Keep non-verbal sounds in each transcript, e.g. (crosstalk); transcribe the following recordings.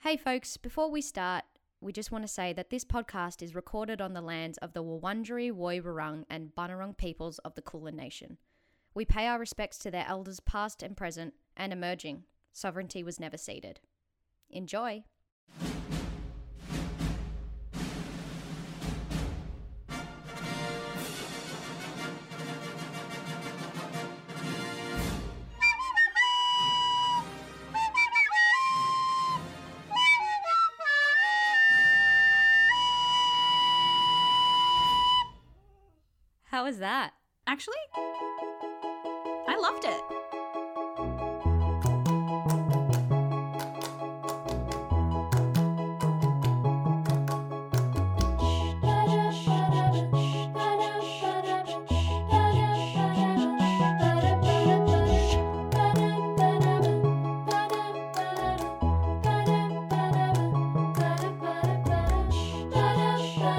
Hey, folks, before we start, we just want to say that this podcast is recorded on the lands of the Wurundjeri, Woi Wurrung, and Bunurong peoples of the Kulin Nation. We pay our respects to their elders past and present and emerging. Sovereignty was never ceded. Enjoy! How was that? Actually, I loved it.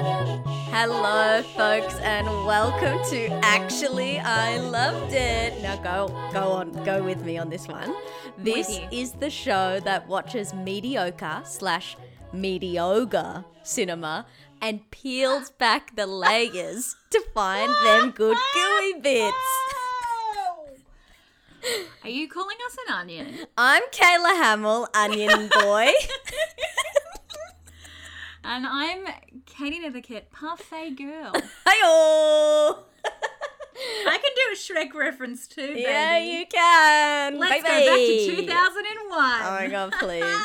Hello, folks, and welcome to Actually I Loved It. Now go, go on, go with me on this one. This you. is the show that watches mediocre slash mediocre cinema and peels back the layers to find them good gooey bits. Are you calling us an onion? I'm Kayla Hamill, Onion Boy. (laughs) And I'm Katie Nethercutt, Parfait (laughs) Girl. Hiyo! I can do a Shrek reference too, baby. Yeah, you can. Let's baby. go back to 2001. Oh my god, (laughs) please.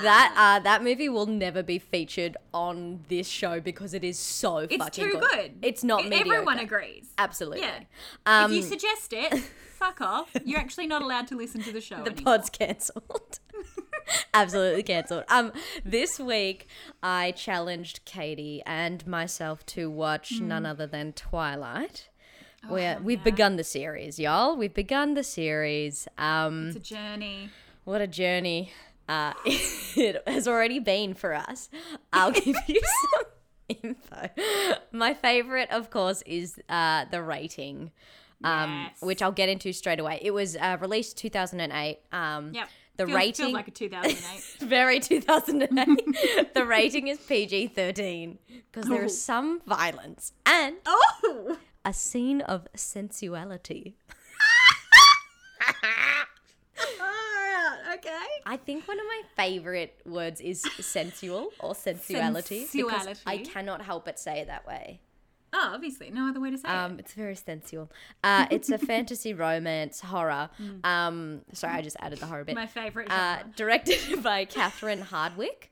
That uh, that movie will never be featured on this show because it is so It's fucking too good. good. It's not E- mediocre. Everyone agrees. Absolutely. Yeah. Um, if you suggest it, (laughs) fuck off. You're actually not allowed to listen to the show. the (laughs) anymore. pod's cancelled. (laughs) Absolutely cancelled. Um, this week I challenged Katie and myself to watch none other than Twilight. Where we've begun the series, y'all. We've begun the series. Um, It's a journey. What a journey uh, (laughs) it has already been for us. I'll give you some info. My favorite, of course, is uh, the rating, um, Yes. which I'll get into straight away. It was uh, released 2008. Um, Yep. The feels, rating, feels like (laughs) a 2008. very (laughs) 2008. the rating is PG 13 because there is some violence and oh, a scene of sensuality. all right, okay. I think one of my favorite words is sensual or sensuality. Because I Sensuality. cannot help but say it that way. Oh, obviously, no other way to say Um, it's very sensual. Uh, it's (laughs) a fantasy romance horror. Um, sorry, I just added the horror it. bit. Hmm. My favorite. Uh, genre. directed (laughs) by Catherine Hardwick.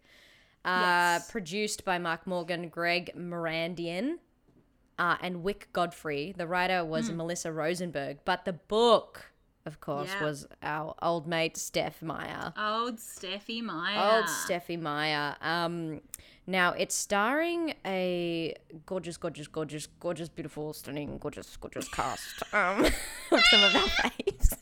Uh, Yes. Produced by Mark Morgan, Greg Morandian, uh, and Wick Godfrey. The writer was Hmm. Melissa Rosenberg, but the book, of course, Yeah. was our old mate Steph Meyer. Old Steffi Meyer. Old Steffi Meyer. Um, now it's starring a gorgeous, gorgeous, gorgeous, gorgeous, beautiful, stunning, gorgeous, gorgeous (laughs) cast um, (laughs) of some of our faves.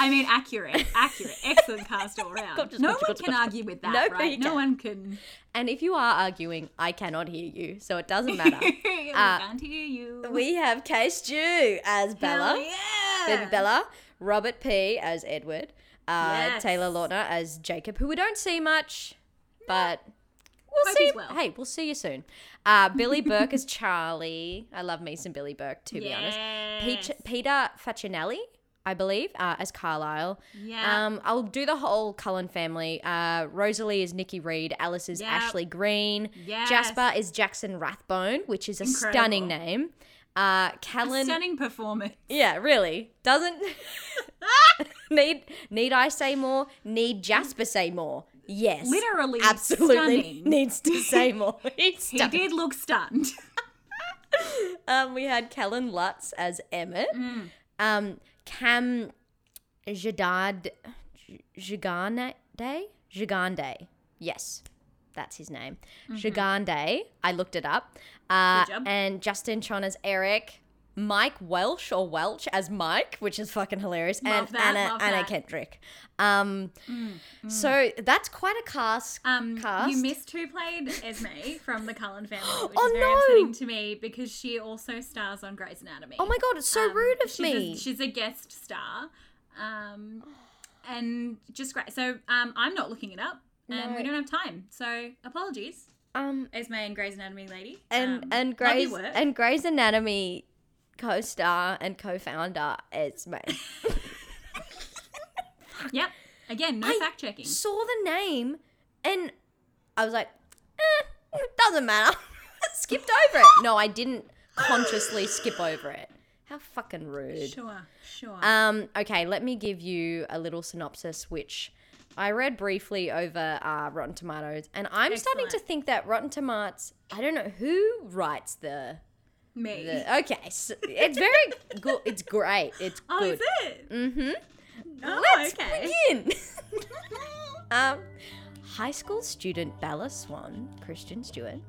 I mean, accurate, accurate, excellent (laughs) cast all round. Gorgeous, no gorgeous, one gorgeous, can argue with that, Nobody right? can. No one can. (laughs) And if you are arguing, I cannot hear you, so it doesn't matter. we Uh, can't hear you. we have Kay Stew as Bella, Hell yeah. Baby Bella, Robert P as Edward, uh, Yes. Taylor Lautner as Jacob, who we don't see much, but. We'll Hope see. he's well. Hey, we'll see you soon. Uh, Billy Burke is Charlie. I love me some Billy Burke, to be honest. Peach, Yes. Peter Facinelli, I believe, uh, as Carlisle. Yeah. Um, I'll do the whole Cullen family. Uh, Rosalie is Nikki Reed. Alice is Yep. Ashley Green. Yes. Jasper is Jackson Rathbone, which is a stunning Incredible. name. Uh, Callan. Stunning performance. yeah, really. Doesn't (laughs) need need I say more? Need Jasper say more? Yes. Literally Absolutely (laughs) stunning. needs to say more. He's He stunning. did look stunned. Um, we had Kellen Lutz as Emmett. Mm. Um, Cam Jadad J- Jigande Jigande. Yes, that's his name. Jigande. I looked it up. Uh, Mm-hmm. Good job. and Justin Chon as Eric. Mike Welsh or Welch as Mike, which is fucking hilarious, and Love that, Anna love Anna that. Mm-hmm. Kendrick. Um, so that's quite a cast. Um, cast. You missed who played Esme from the (gasps) Cullen family, which Oh, is very no. upsetting to me because she also stars on Grey's Anatomy. oh my god, it's so Um, rude of she's me. A, she's a guest star. Um, and just great. So um, I'm not looking it up. and No. we don't have time. So apologies, Um, Esme and Grey's Anatomy lady. and Um, and love your Grey's work. and Grey's Anatomy co-star and co-founder is me. yep. Again, no I- fact (laughs) checking. Saw the name, and I was like, eh, doesn't matter. (laughs) Skipped over it. No, I didn't consciously skip over it. How fucking rude. Sure, sure. Um, okay, let me give you a little synopsis, which I read briefly over uh, Rotten Tomatoes, and I'm starting to Excellent. think that Rotten Tomatoes. I don't know who writes the. Me. the Uh, okay, so it's very good. It's great. It's oh, good. is it? Mm-hmm. Oh, Let's okay. (laughs) begin. um, high school student Bella Swan, Christian Stewart,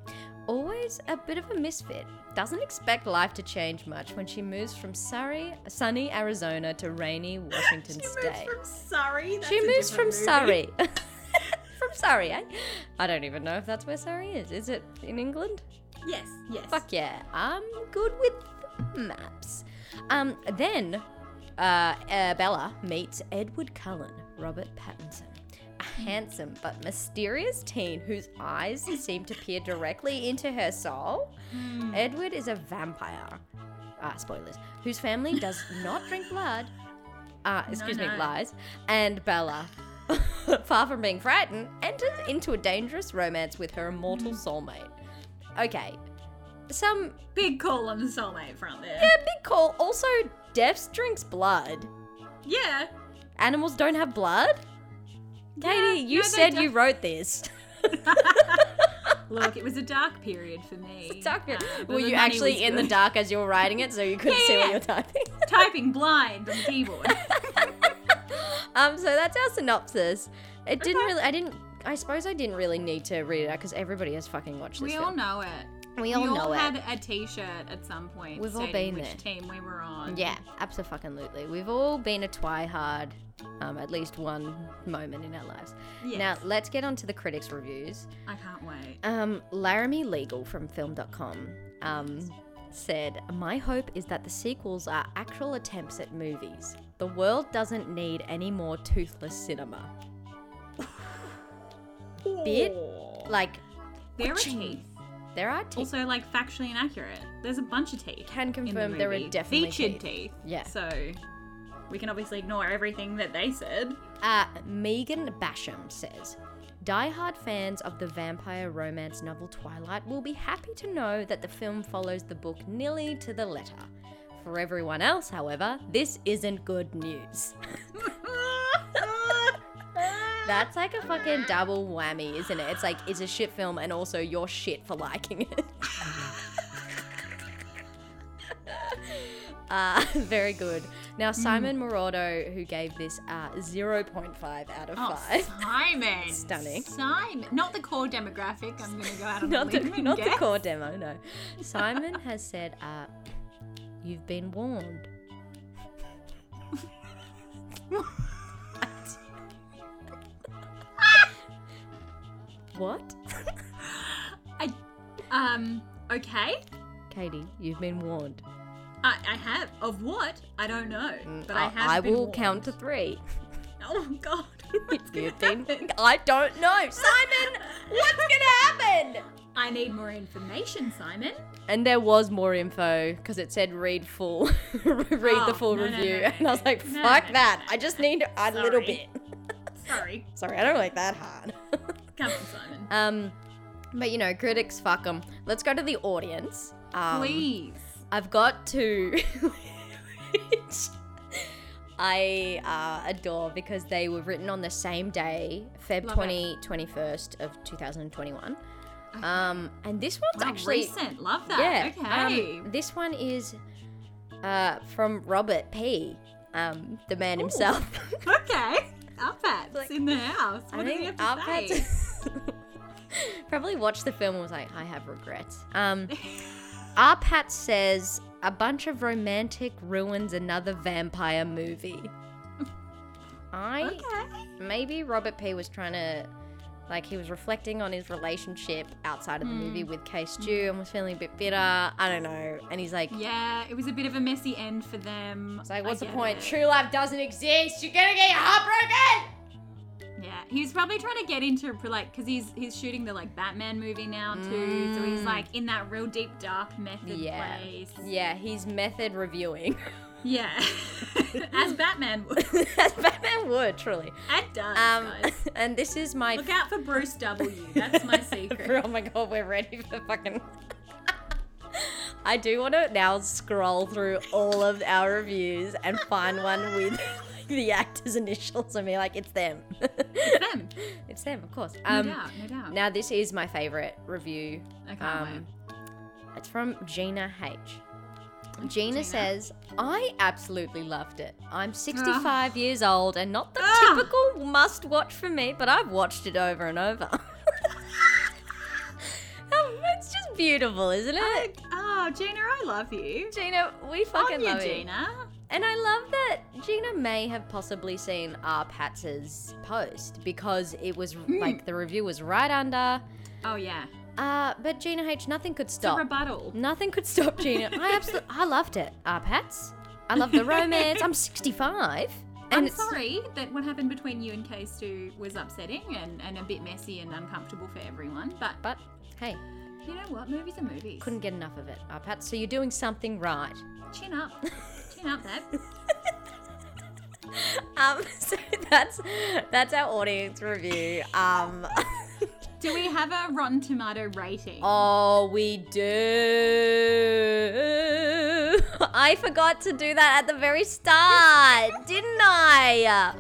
always a bit of a misfit, doesn't expect life to change much when she moves from Surrey, sunny Arizona to rainy Washington (laughs) She moves State. from Surrey. That's she a moves from different movie. (laughs) Surrey. (laughs) from Surrey, eh? I don't even know if that's where Surrey is. Is it in England? Yes, yes. Fuck yeah, I'm good with maps. Um, then uh, uh, Bella meets Edward Cullen, Robert Pattinson, a handsome but mysterious teen whose eyes seem to peer directly into her soul. Mm. Edward is a vampire. Ah, spoilers. Whose family does (laughs) not drink blood. Ah, excuse me, no. lies. And Bella, (laughs) far from being frightened, enters into a dangerous romance with her Mm. immortal soulmate. Okay, some Big call on the soulmate front there. a big call. Also, deaths drinks blood. Yeah. Animals don't have blood. Yeah, Katie, you no, they said don't. you wrote (laughs) this. Look, it was a dark period for me. Dark- Uh, but were the you money actually was in the good. dark as you were writing it, so you couldn't Yeah, see yeah, what yeah. you're typing? Typing blind on the (laughs) keyboard. Um, so that's our synopsis. It didn't really. I didn't. I suppose I didn't really need to read it out because everybody has fucking watched this we film. all know it. we all we know all it. had a T-shirt at some point. We've all stating been which there. team we were on. Yeah, absolutely. We've all been a twihard um, at least one moment in our lives. Yes. Now let's get on to the critics' reviews. I can't wait. Um, Laramie Legal from film.com um, said, My hope is that the sequels are actual attempts at movies. The world doesn't need any more toothless cinema. Bit like, There are Watching. teeth. there are teeth. Also, like factually inaccurate. There's a bunch of teeth. Can in the confirm there are movie. definitely featured teeth. teeth. Yeah. So we can obviously ignore everything that they said. Uh, Megan Basham says, Die-hard fans of the vampire romance novel Twilight will be happy to know that the film follows the book nearly to the letter. For everyone else, however, this isn't good news. (laughs) That's like a fucking double whammy, isn't it? It's like it's a shit film and also you're shit for liking it. (laughs) uh, (laughs) very good. Now Simon Morado, who gave this uh, 0.5 out of Oh, 5. Simon. Stunning. Simon. Not the core demographic. I'm going to go out on (laughs) not a the, limb and not the guess. core demo, no. Simon has said, uh, You've been (laughs) warned. what? I, um, okay. Katie, you've been warned. I, I have. Of what? I don't know. But I, Uh, have. I been will warned. count to three. (laughs) Oh, God. What's (laughs) gonna (laughs) You've been. happen? I don't know. Simon, what's going to happen? I need more information, Simon. And there was more info because it said read full, (laughs) read the Oh, full no, no, no, review. no, and I was like, no, no, fuck no, that. no, I just need a little Sorry. bit. Sorry. Sorry, I don't like that hard. Come on, Simon. um, but you know, critics, fuck them. Let's go to the audience. Um, Please. I've got two, which (laughs) I uh, adore because they were written on the same day, Feb Love 20, 21st of 2021. Um, and this one's Wow, actually recent. Love that. yeah. Okay. Um, this one is uh, from Robert P, um, the man himself. (laughs) okay. Outfats Like, in the house. What do we have to Alfred's- say? (laughs) probably watched the film and was like, I have regrets. (laughs) Um, Arpat says a bunch of romantic ruins another vampire movie. I Okay. maybe Robert P was trying to like he was reflecting on his relationship outside of the movie Hmm. with Kay Stew and was feeling a bit bitter. I don't know. And he's like, Yeah, it was a bit of a messy end for them. it's like, I what's the get point? it. True love doesn't exist. You're gonna get your heart broken. Yeah, He was probably trying to get into like because he's he's shooting the like Batman movie now too, so he's like in that real deep dark method Mm. Yeah. place. Yeah, he's method reviewing. (laughs) Yeah, (laughs) as Batman would. As Batman would, truly. It does, Um, guys. (laughs) and this is my. Look out for Bruce W. (laughs) That's my secret. oh my god, we're ready for fucking. (laughs) I do want to now scroll through all of our reviews and (laughs) find one with like, the actors' initials and be like, it's them. (laughs) Them, it's them, of course. no Um, doubt, no doubt. Now, this is my favorite review. I can't um, It's from Gina H. Gina, says, I absolutely loved it. I'm 65 years old and not the Ah. typical must watch for me, but I've watched it over and over. (laughs) Um, it's just beautiful, isn't it? wait. Oh, Gina, I love you. Gina, we On fucking you, love you. Gina. And I love that Gina may have possibly seen our Patz's post because it was Hmm. like the review was right under. Oh yeah, It's Uh, but Gina H, nothing could a stop. rebuttal. Nothing could stop Gina. (laughs) I absolutely, I loved it. Ah, Pats. I love the romance. I'm 65. I'm it's- sorry that what happened between you and K2 was upsetting and, and a bit messy and uncomfortable for everyone, but But hey, you know what? Movies are movies. couldn't get enough of it. Ah, Pats. So you're doing something right. Chin up. Chin up, babe. Um, (laughs) so that's that's our audience review. Um, Do we have a Rotten Tomato rating? oh, we do. I forgot to do that at the very start, didn't I?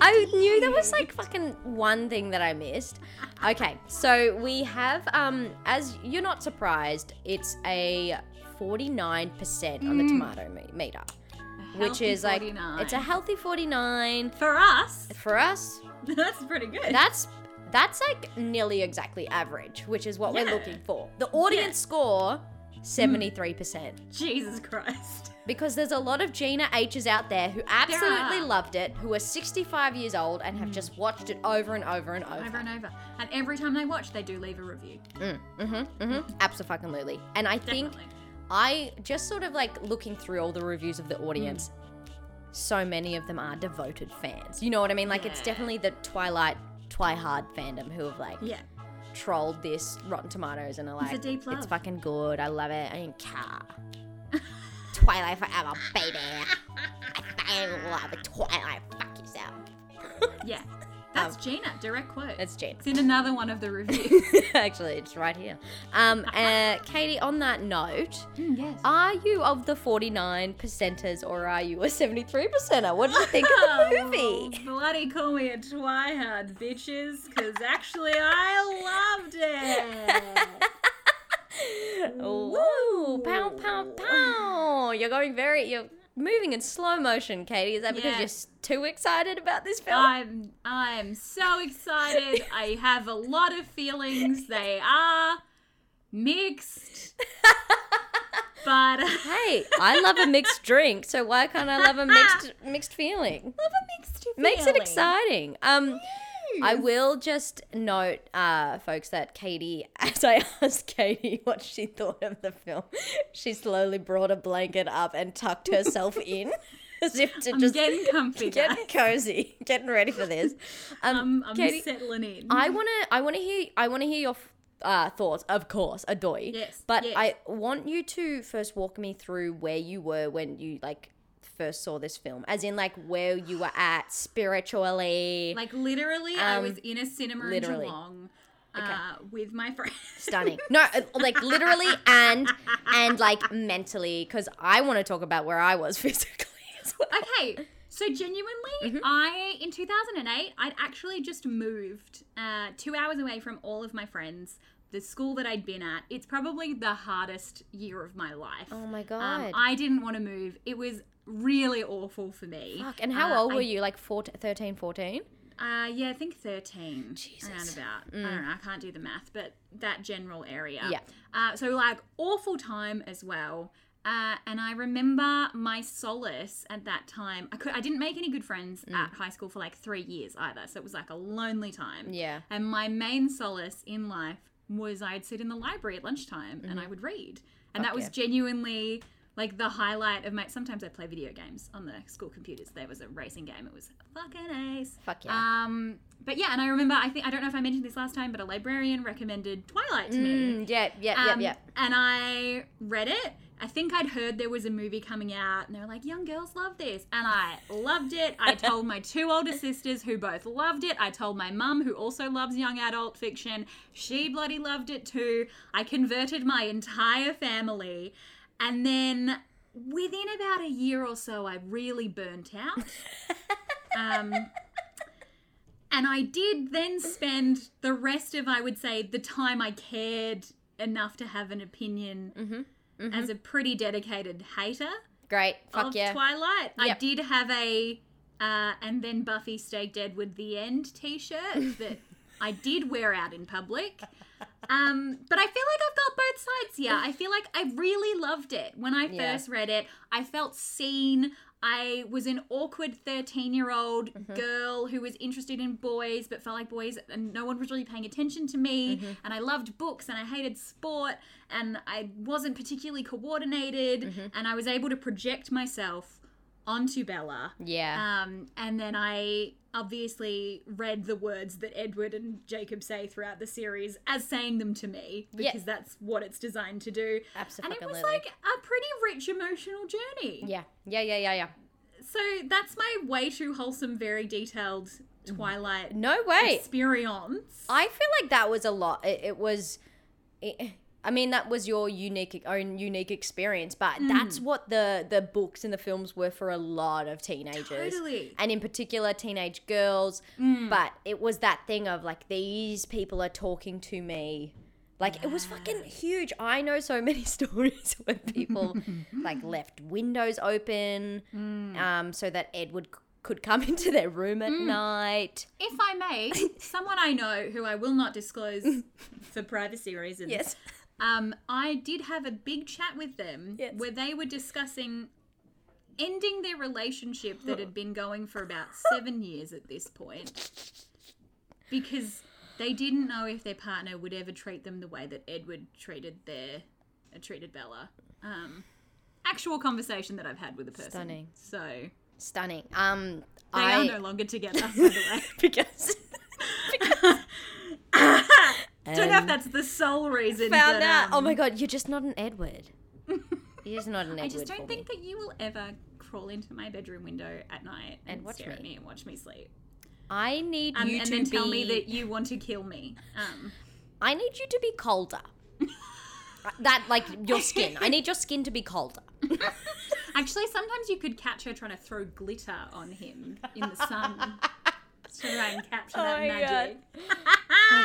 I knew there was like fucking one thing that I missed. Okay, so we have um as you're not surprised, it's a 49% on the tomato me- meter, A which healthy is like 49. it's a healthy 49 for us. (laughs) for us. That's pretty good. That's that's like nearly exactly average, which is what we're Yeah. Hmm. looking for. The audience score 73%. Jesus Christ. Because there's a lot of Gina H's out there who absolutely are. loved it, who are 65 years old and have just watched it over and over and over. Hmm. Over and over. And every time they watch, they do leave a review. Mm-hmm, mm-hmm. Absolutely. And I think Definitely. I just sort of like looking through all the reviews of the audience, Hmm. so many of them are devoted fans. You know what I mean? Like it's Yeah. definitely the Twilight, Twihard fandom who have like Yeah. trolled this Rotten Tomatoes and are like, a deep love. fucking good. I love it. I don't care. (laughs) Twilight forever, baby. I fucking love it. Twilight. Fuck yourself. Yeah. Um, That's Gina. Direct quote. It's Jane. (laughs) It's in another one of the reviews. Actually, it's right here. Um, uh, Katie, on that note, Mm, yes. Are you of the 49 percenters or are you a 73 percenter? What do you think of (laughs) the movie? Oh, bloody call me a twihard, bitches, because actually I loved it. Woo! Pow, pow, pow! You're going very, you're moving in slow motion, Katie. Is that because Yeah. you're s- too excited about this film? I'm I'm so excited. I have a lot of feelings. They are (laughs) mixed, but (laughs) love hey, I love a mixed drink, so why can't I love a mixed mixed feeling? a mixed Makes it exciting. Um, I will just note, uh, folks, that Katie, (laughs) as I asked Katie what she thought of the film, she slowly brought a blanket up and tucked herself in, as if to I'm just get getting comfy. guys. cozy, getting ready for this. Um, I'm, I'm Katie, settling in. I wanna, I wanna hear, I wanna hear your. Uh, thoughts, of course, adoy. Yes, But yes. I want you to first walk me through where you were when you like first saw this film, as in like where you were at spiritually. like literally, I was Um, in a cinema literally. in Geelong uh, with my friends. (laughs) stunning. No, uh, like literally and and like mentally, because I want to talk about where I was (laughs) physically as well. Okay, so genuinely, Mm-hmm. I in 2008, I'd actually just moved uh, two hours away from all of my friends. The school that I'd been at, it's probably the hardest year of my life. Oh my Um, god. I didn't want to move. It was really awful for me. Fuck. And how Uh, old I- were you? Like 14, 13, 14? Uh, yeah, I think 13. Jesus. Mm. Around about. I don't know. I can't do the math, but that general area. Yeah. Uh, so, like, awful time as well. Uh, and I remember my solace at that time. I, could, I didn't make any good friends Mm. at high school for like three years either. So it was like a lonely time. Yeah. And my main solace in Mm-hmm. life was I'd sit in the library at lunchtime and I would read. And that was genuinely Like the highlight of my sometimes I play video games on the school computers. There was a racing game. It was fucking ace. Fuck yeah. Um, but yeah, and I remember I think I don't know if I mentioned this last time, but a librarian recommended Twilight to me. Mm, yeah, yeah, Um, yeah, yeah. And I read it. I think I'd heard there was a movie coming out, and they were like, "Young girls love this," and I loved it. I told my (laughs) two older sisters, who both loved it. I told my mum, who also loves young adult fiction. She bloody loved it too. I converted my entire family, and then within about a year or so, I really burnt (laughs) out. Um, and I did then spend the rest of, I would say, the time I cared enough to have an opinion Mm-hmm. as a pretty dedicated hater Great. of Fuck yeah. Twilight. I Yep. did have a uh, and then Buffy staked Edward the (laughs) end T-shirt that I did wear out in public. Um, but I feel like I've got both sides here. I feel like I really loved it when I Yeah. first read it. I felt seen. I was an awkward 13 year old girl who was interested in boys but felt like boys and no one was really paying attention to me. And I loved books and I hated sport and I wasn't particularly coordinated. And I was able to project myself onto Bella. yeah. Um, and then I obviously read the words that Edward and Jacob say throughout the series as saying them to me Yeah. because that's what it's designed to do. And Absolutely. it was like a pretty rich emotional journey. yeah. Yeah, yeah, yeah, yeah. So that's my way too wholesome, very detailed Twilight No way. experience. I feel like that was a lot. It, it was, it, I mean, that was your unique own unique experience, but that's what the the books and the films were for a lot of teenagers, Totally. and in particular teenage girls. But it was that thing of like these people are talking to me. Like it was fucking huge. I know so (laughs) many stories where people like left windows open um, so that Edward c- could come (laughs) into their room at night. If I (laughs) may, someone I know who I will not (laughs) disclose for privacy reasons. Yes. um, I did have a big chat with them Yes. where they were discussing ending their relationship that had been going for (laughs) about seven years at this point because they didn't know if their partner would ever treat them the way that Edward treated their uh, treated Bella. Um, actual conversation that I've had with a person. Stunning. So they Stunning. Um, are I (laughs) no longer together. By the way, (laughs) because don't know if that's the sole (laughs) reason. found but, out. oh um, my god, you're just not an (laughs) Edward. you're just not an Edward. I just for don't think that you will ever crawl into my bedroom window at night and, And watch stare at me. me and watch me sleep. me. I need And, you Um, and to then be. tell me that you want to kill me. Um, I need you to be (laughs) colder. that like your skin. I need your skin to be colder. actually, sometimes you could catch her trying to throw glitter on him in the (laughs) sun to try and capture that Oh my magic.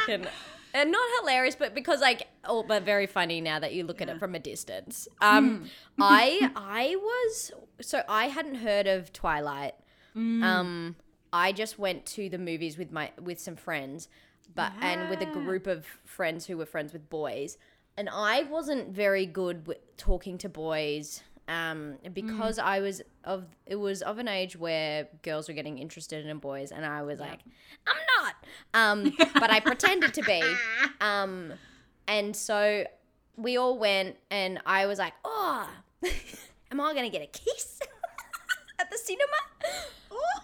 and Uh, not hilarious, but because like, oh, but very funny now that you look at it from a distance. Um, I I was so I hadn't heard of Twilight. Um, I just went to the movies with my with some friends, but and with a Yeah. group of friends who were friends with boys, and I wasn't very good with talking to boys. Um, because I was of it was of an age where girls were getting interested in boys, and I was like, I'm not. Um, but I pretended to be. Um, and so we all went, and I was like, oh, (laughs) am I going to get a kiss (laughs) at the cinema?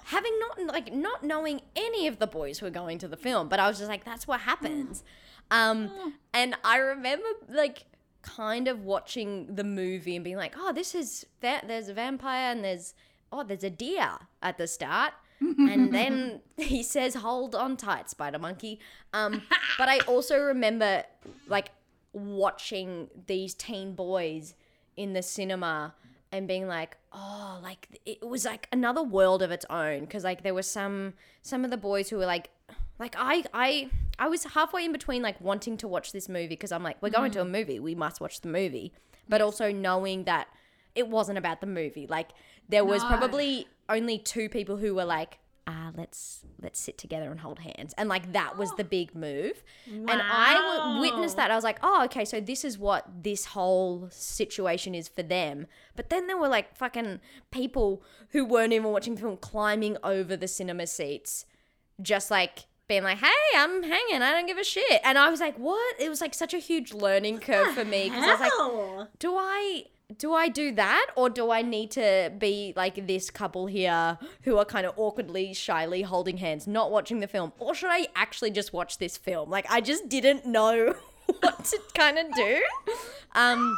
Having not like not knowing any of the boys who were going to the film, but I was just like, that's what happens. Um, and I remember like kind of watching the movie and being like, oh, this is va- there's a vampire and there's oh there's a deer at the start, and then he says, hold on tight, spider monkey. Um, but I also remember like watching these teen boys in the cinema and being like oh like it was like another world of its own because like there were some some of the boys who were like like i i i was halfway in between like wanting to watch this movie because i'm like we're going to a movie we must watch the movie but also knowing that it wasn't about the movie like there was No. probably only two people who were like ah let's let's sit together and hold hands and like that was the big move and I w- witnessed Wow. that. I was like, oh, okay, so this is what this whole situation is for them. But then there were like fucking people who weren't even watching the film climbing over the cinema seats, just like being like, hey, I'm hanging. I don't give a shit. And I was like, what? It was like such a huge learning curve for me because I was like, Hell. do I do I do that or do I need to be like this couple here who are kind of awkwardly, shyly holding hands, not watching the film? Or should I actually just watch this film? Like, I just didn't know (laughs) what to kind of do. Um,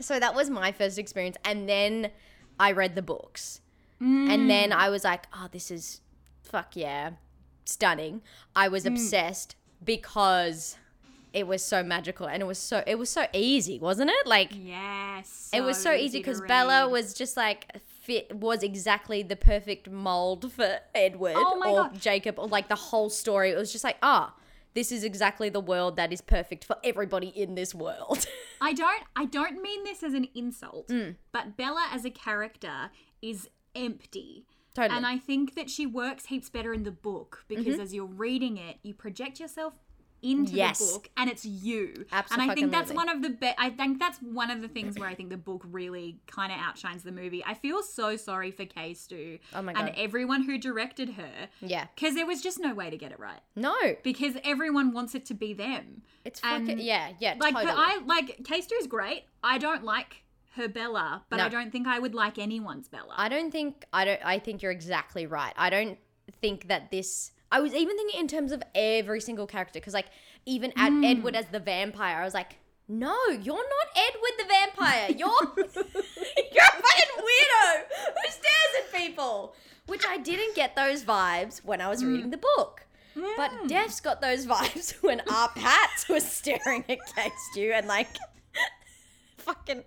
so that was my first experience. And then I read the books. And then I was like, oh, this is fuck yeah, stunning. I was obsessed because it was so magical and it was so it was so easy, wasn't it? Like Yes. it was so easy to because read. Bella was just like fit was exactly the perfect mold for Edward Oh my or God. Jacob or like the whole story. It was just like, ah, this is exactly the world that is perfect for everybody in this world. (laughs) I don't I don't mean this as an insult, Mm. but Bella as a character is empty. Totally. Mm-hmm. And I think that she works heaps better in the book because as you're reading it, you project yourself into Yes. the book and it's you. And I think that's Abso-fucking-lutely. one of the be- I think that's one of the things where I think the book really kind of outshines the movie. I feel so sorry for Kay Stu Oh my and God. everyone who directed her yeah. because there was just no way to get it right No. because everyone wants it to be them. It's fucking And, yeah, yeah, Um, Like totally. but I like Kayster is great. I don't like her Bella, but No. I don't think I would like anyone's Bella. I don't think I don't I think you're exactly right. I don't think that this I was even thinking in terms of every single character cuz like even at Mm. Edward as the vampire I was like no, you're not Edward the vampire. You're (laughs) you're a fucking weirdo who stares at people, which I didn't get those vibes when I was reading the book. But Def's got those (laughs) vibes when our Pat was staring (laughs) at Kay and like (laughs) fucking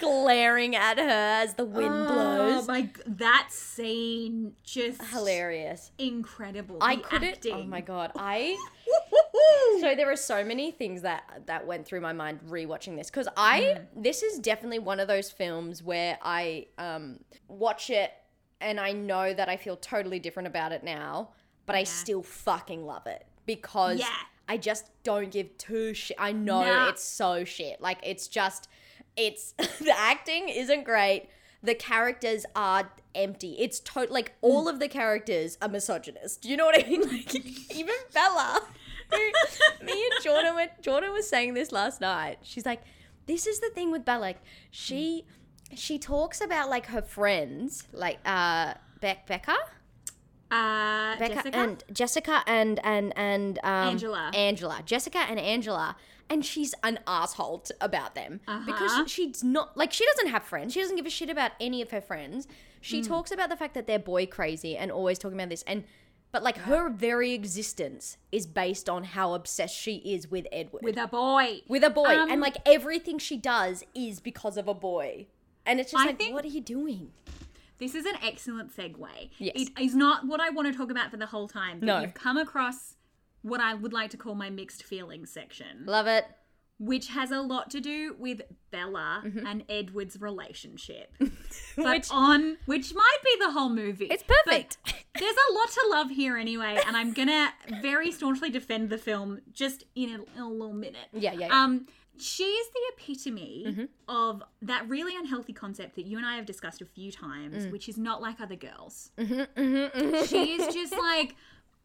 glaring at her as the wind oh blows. my g- that scene just Hilarious. incredible. I The couldn't. acting. Oh my god. I. so there are so many things that that went through my mind rewatching this because I this is definitely one of those films where I um watch it and I know that I feel totally different about it now, but I still fucking love it because Yeah. I just don't give two shit. I know Nah. it's so shit. Like it's just it's (laughs) the acting isn't great. The characters are empty. It's total like all of the characters are misogynist. Do you know what I mean? (laughs) Like even Bella. who- me and Jordan were Jordan was saying this last night. She's like, this is the thing with Bella. Like, she she talks about like her friends, like uh Beck Becca. Uh, Becca Jessica. and Jessica and and and um, Angela. Angela, Jessica and Angela, and she's an asshole t- about them Uh-huh. because she's not like she doesn't have friends. She doesn't give a shit about any of her friends. She talks about the fact that they're boy crazy and always talking about this and. But like her very existence is based on how obsessed she is with Edward, with, with a boy. a boy, Um, and like everything she does is because of a boy, and it's just I like, think- what are you doing? This is an excellent segue. Yes. It is not what I want to talk about for the whole time, but No. you've come across what I would like to call my mixed feelings section, Love it. which has a lot to do with Bella and Edward's (laughs) relationship. but Mm-hmm. Which- on which might be the whole movie. It's But perfect. (laughs) there's a lot to love here anyway, and I'm gonna very staunchly defend the film just in a, in a little minute. Yeah, yeah, Mm-hmm. yeah. Um, she is the epitome of that really unhealthy concept that you and I have discussed a few times, Mm. which is not like other girls. she (laughs) is just like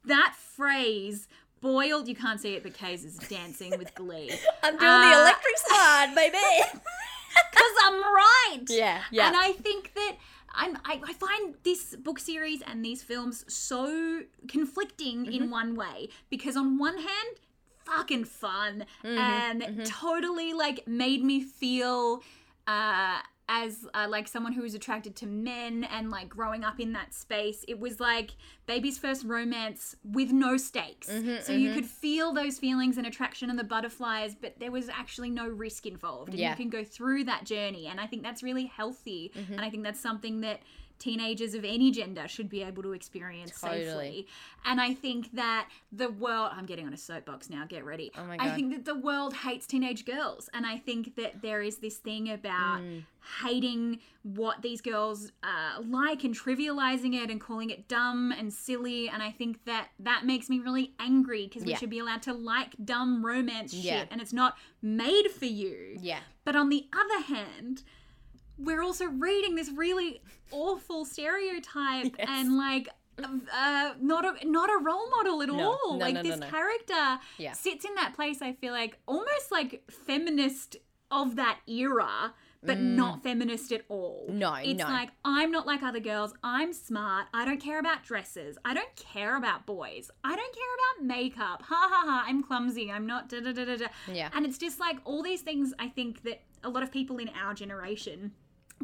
that phrase boiled. You can't see it, but Kays is dancing with glee I'm doing uh, the electric slide, baby. because I'm right. Yeah, yeah. And I think that I'm, I, I find this book series and these films so conflicting in Mm-hmm. one way because on one hand, fucking fun Mm-hmm, and totally like made me feel uh, as uh, like someone who was attracted to men and like growing up in that space. It was like baby's first romance with no stakes, Mm-hmm, so you could feel those feelings and attraction and the butterflies, but there was actually no risk involved. And Yeah. Mm-hmm. you can go through that journey. And I think that's really healthy. And I think that's something that teenagers of any gender should be able to experience Totally. safely. And I think that the world, I'm getting on a soapbox now, get ready. Oh my I God. think that the world hates teenage girls. And I think that there is this thing about Mm. hating what these girls uh, like and trivializing it and calling it dumb and silly. And I think that that makes me really angry because we Yeah. should be allowed to like dumb romance Yeah. shit and it's not made for you. yeah. But on the other hand, we're also reading this really awful stereotype (laughs) Yes. and like uh, not a not a role model at No, all. no, like no, no, this no. character Yeah. sits in that place. I feel like almost like feminist of that era, but not feminist at all. Mm. No, it's no. like I'm not like other girls. I'm smart. I don't care about dresses. I don't care about boys. I don't care about makeup. Ha ha ha. I'm clumsy. I'm not da da da da da. Yeah. And it's just like all these things. I think that a lot of people in our generation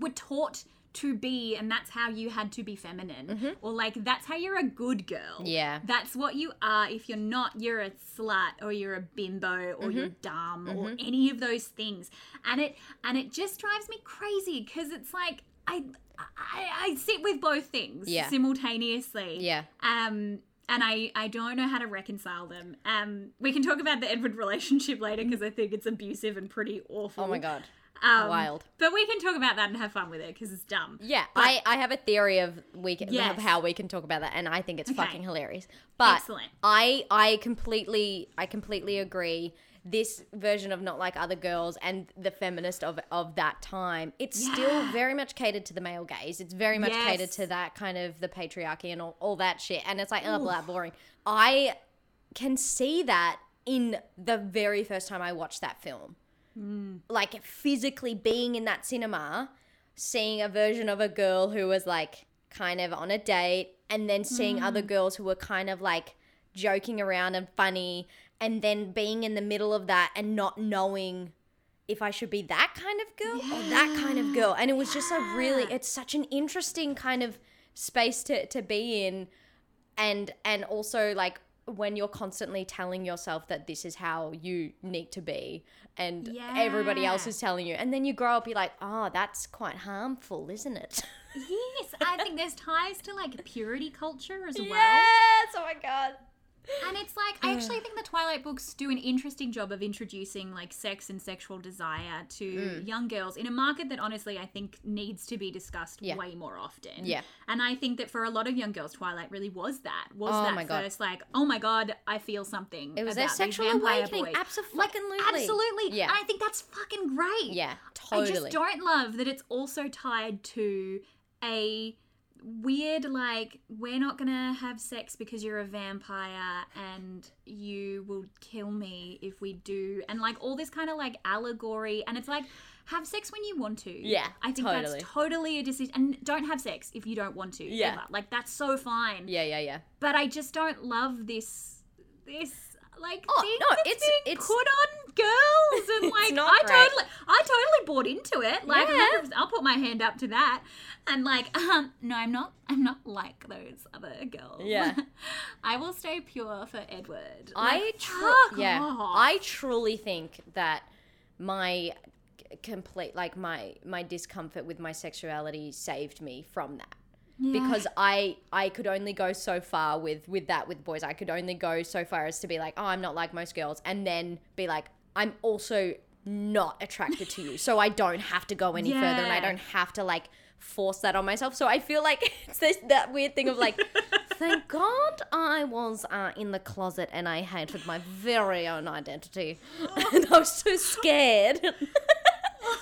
were taught to be and that's how you had to be feminine Mm-hmm. or like that's how you're a good girl Yeah. that's what you are if you're not you're a slut or you're a bimbo or Mm-hmm. you're dumb or any of those things and it and it just drives me crazy because it's like I, I i sit with both things Yeah. simultaneously Yeah. um and I, I don't know how to reconcile them. Um, we can talk about the Edward relationship later because I think it's abusive and pretty awful. Oh my god. Um, Wild. But we can talk about that and have fun with it because it's dumb. Yeah, I, I have a theory of we can, Yes. of how we can talk about that, and I think it's fucking hilarious. But Excellent. I I completely I completely agree. This version of not like other girls and the feminist of of that time, it's still Yeah. very much catered to the male gaze. It's very much catered Yes. to that kind of the patriarchy and all, all that shit. And it's like oh blah boring. I can see that in the very first time I watched that film like physically being in that cinema, seeing a version of a girl who was like kind of on a date, and then seeing other girls who were kind of like joking around and funny, and then being in the middle of that and not knowing if I should be that kind of girl or that kind of girl. And it was just a really, it's such an interesting kind of space to, to be in and and also like when you're constantly telling yourself that this is how you need to be and everybody else Yeah. is telling you and then you grow up you're like oh that's quite harmful isn't it (laughs) Yes, I think there's ties to like purity culture (laughs) as well. oh my god And it's like I actually think the Twilight books do an interesting job of introducing like sex and sexual desire to Mm. young girls in a market that honestly I think needs to be discussed Yeah. way more often. Yeah. And I think that for a lot of young girls Twilight really was that. Was Oh that my God. first like, "Oh my god, I feel something." It was their about these sexual vampire awakening, boys." abso-fucking-lutely. Like, absolutely. Yeah. And I think that's fucking great. yeah I totally just don't love that it's also tied to a weird like we're not gonna have sex because you're a vampire and you will kill me if we do and like all this kind of like allegory and it's like have sex when you want to Yeah, i think totally. that's totally a decision and don't have sex if you don't want to Yeah. ever. like that's so (laughs) fine yeah yeah yeah but i just don't love this this like Oh, thing no, that's it's- being it's- put on (laughs) girls and like not I great. totally I totally bought into it. Like Yeah. 100% I'll put my hand up to that. And like um no, I'm not I'm not like those other girls. Yeah. (laughs) I will stay pure for Edward. I Like, tru- fuck yeah, off. I truly think that my c- complete like my my discomfort with my sexuality saved me from that. Because I I could only go so far with with that with boys. I could only go so far as to be like, "Oh, I'm not like most girls." And then be like, "I'm also not attracted to you." So I don't have to go any further and I Yeah. don't have to like force that on myself. So I feel like (laughs) it's this, that weird thing of (laughs) (laughs) like, thank God I was uh, in the closet and I hated my very own identity. (laughs) and I was so scared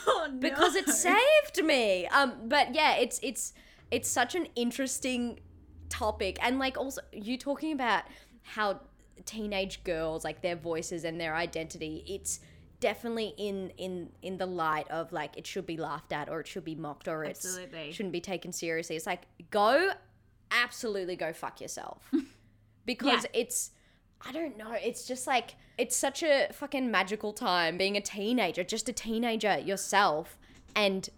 Oh, no. because it saved me. Um, but yeah, it's it's it's such an interesting topic, and like also you talking about how teenage girls like their voices and their identity. It's definitely in in in the light of like it should be laughed at or it should be mocked or it Absolutely. shouldn't be taken seriously. It's like go absolutely go fuck yourself because it's I don't know. It's just like it's such a fucking magical time being a teenager, just a teenager yourself, and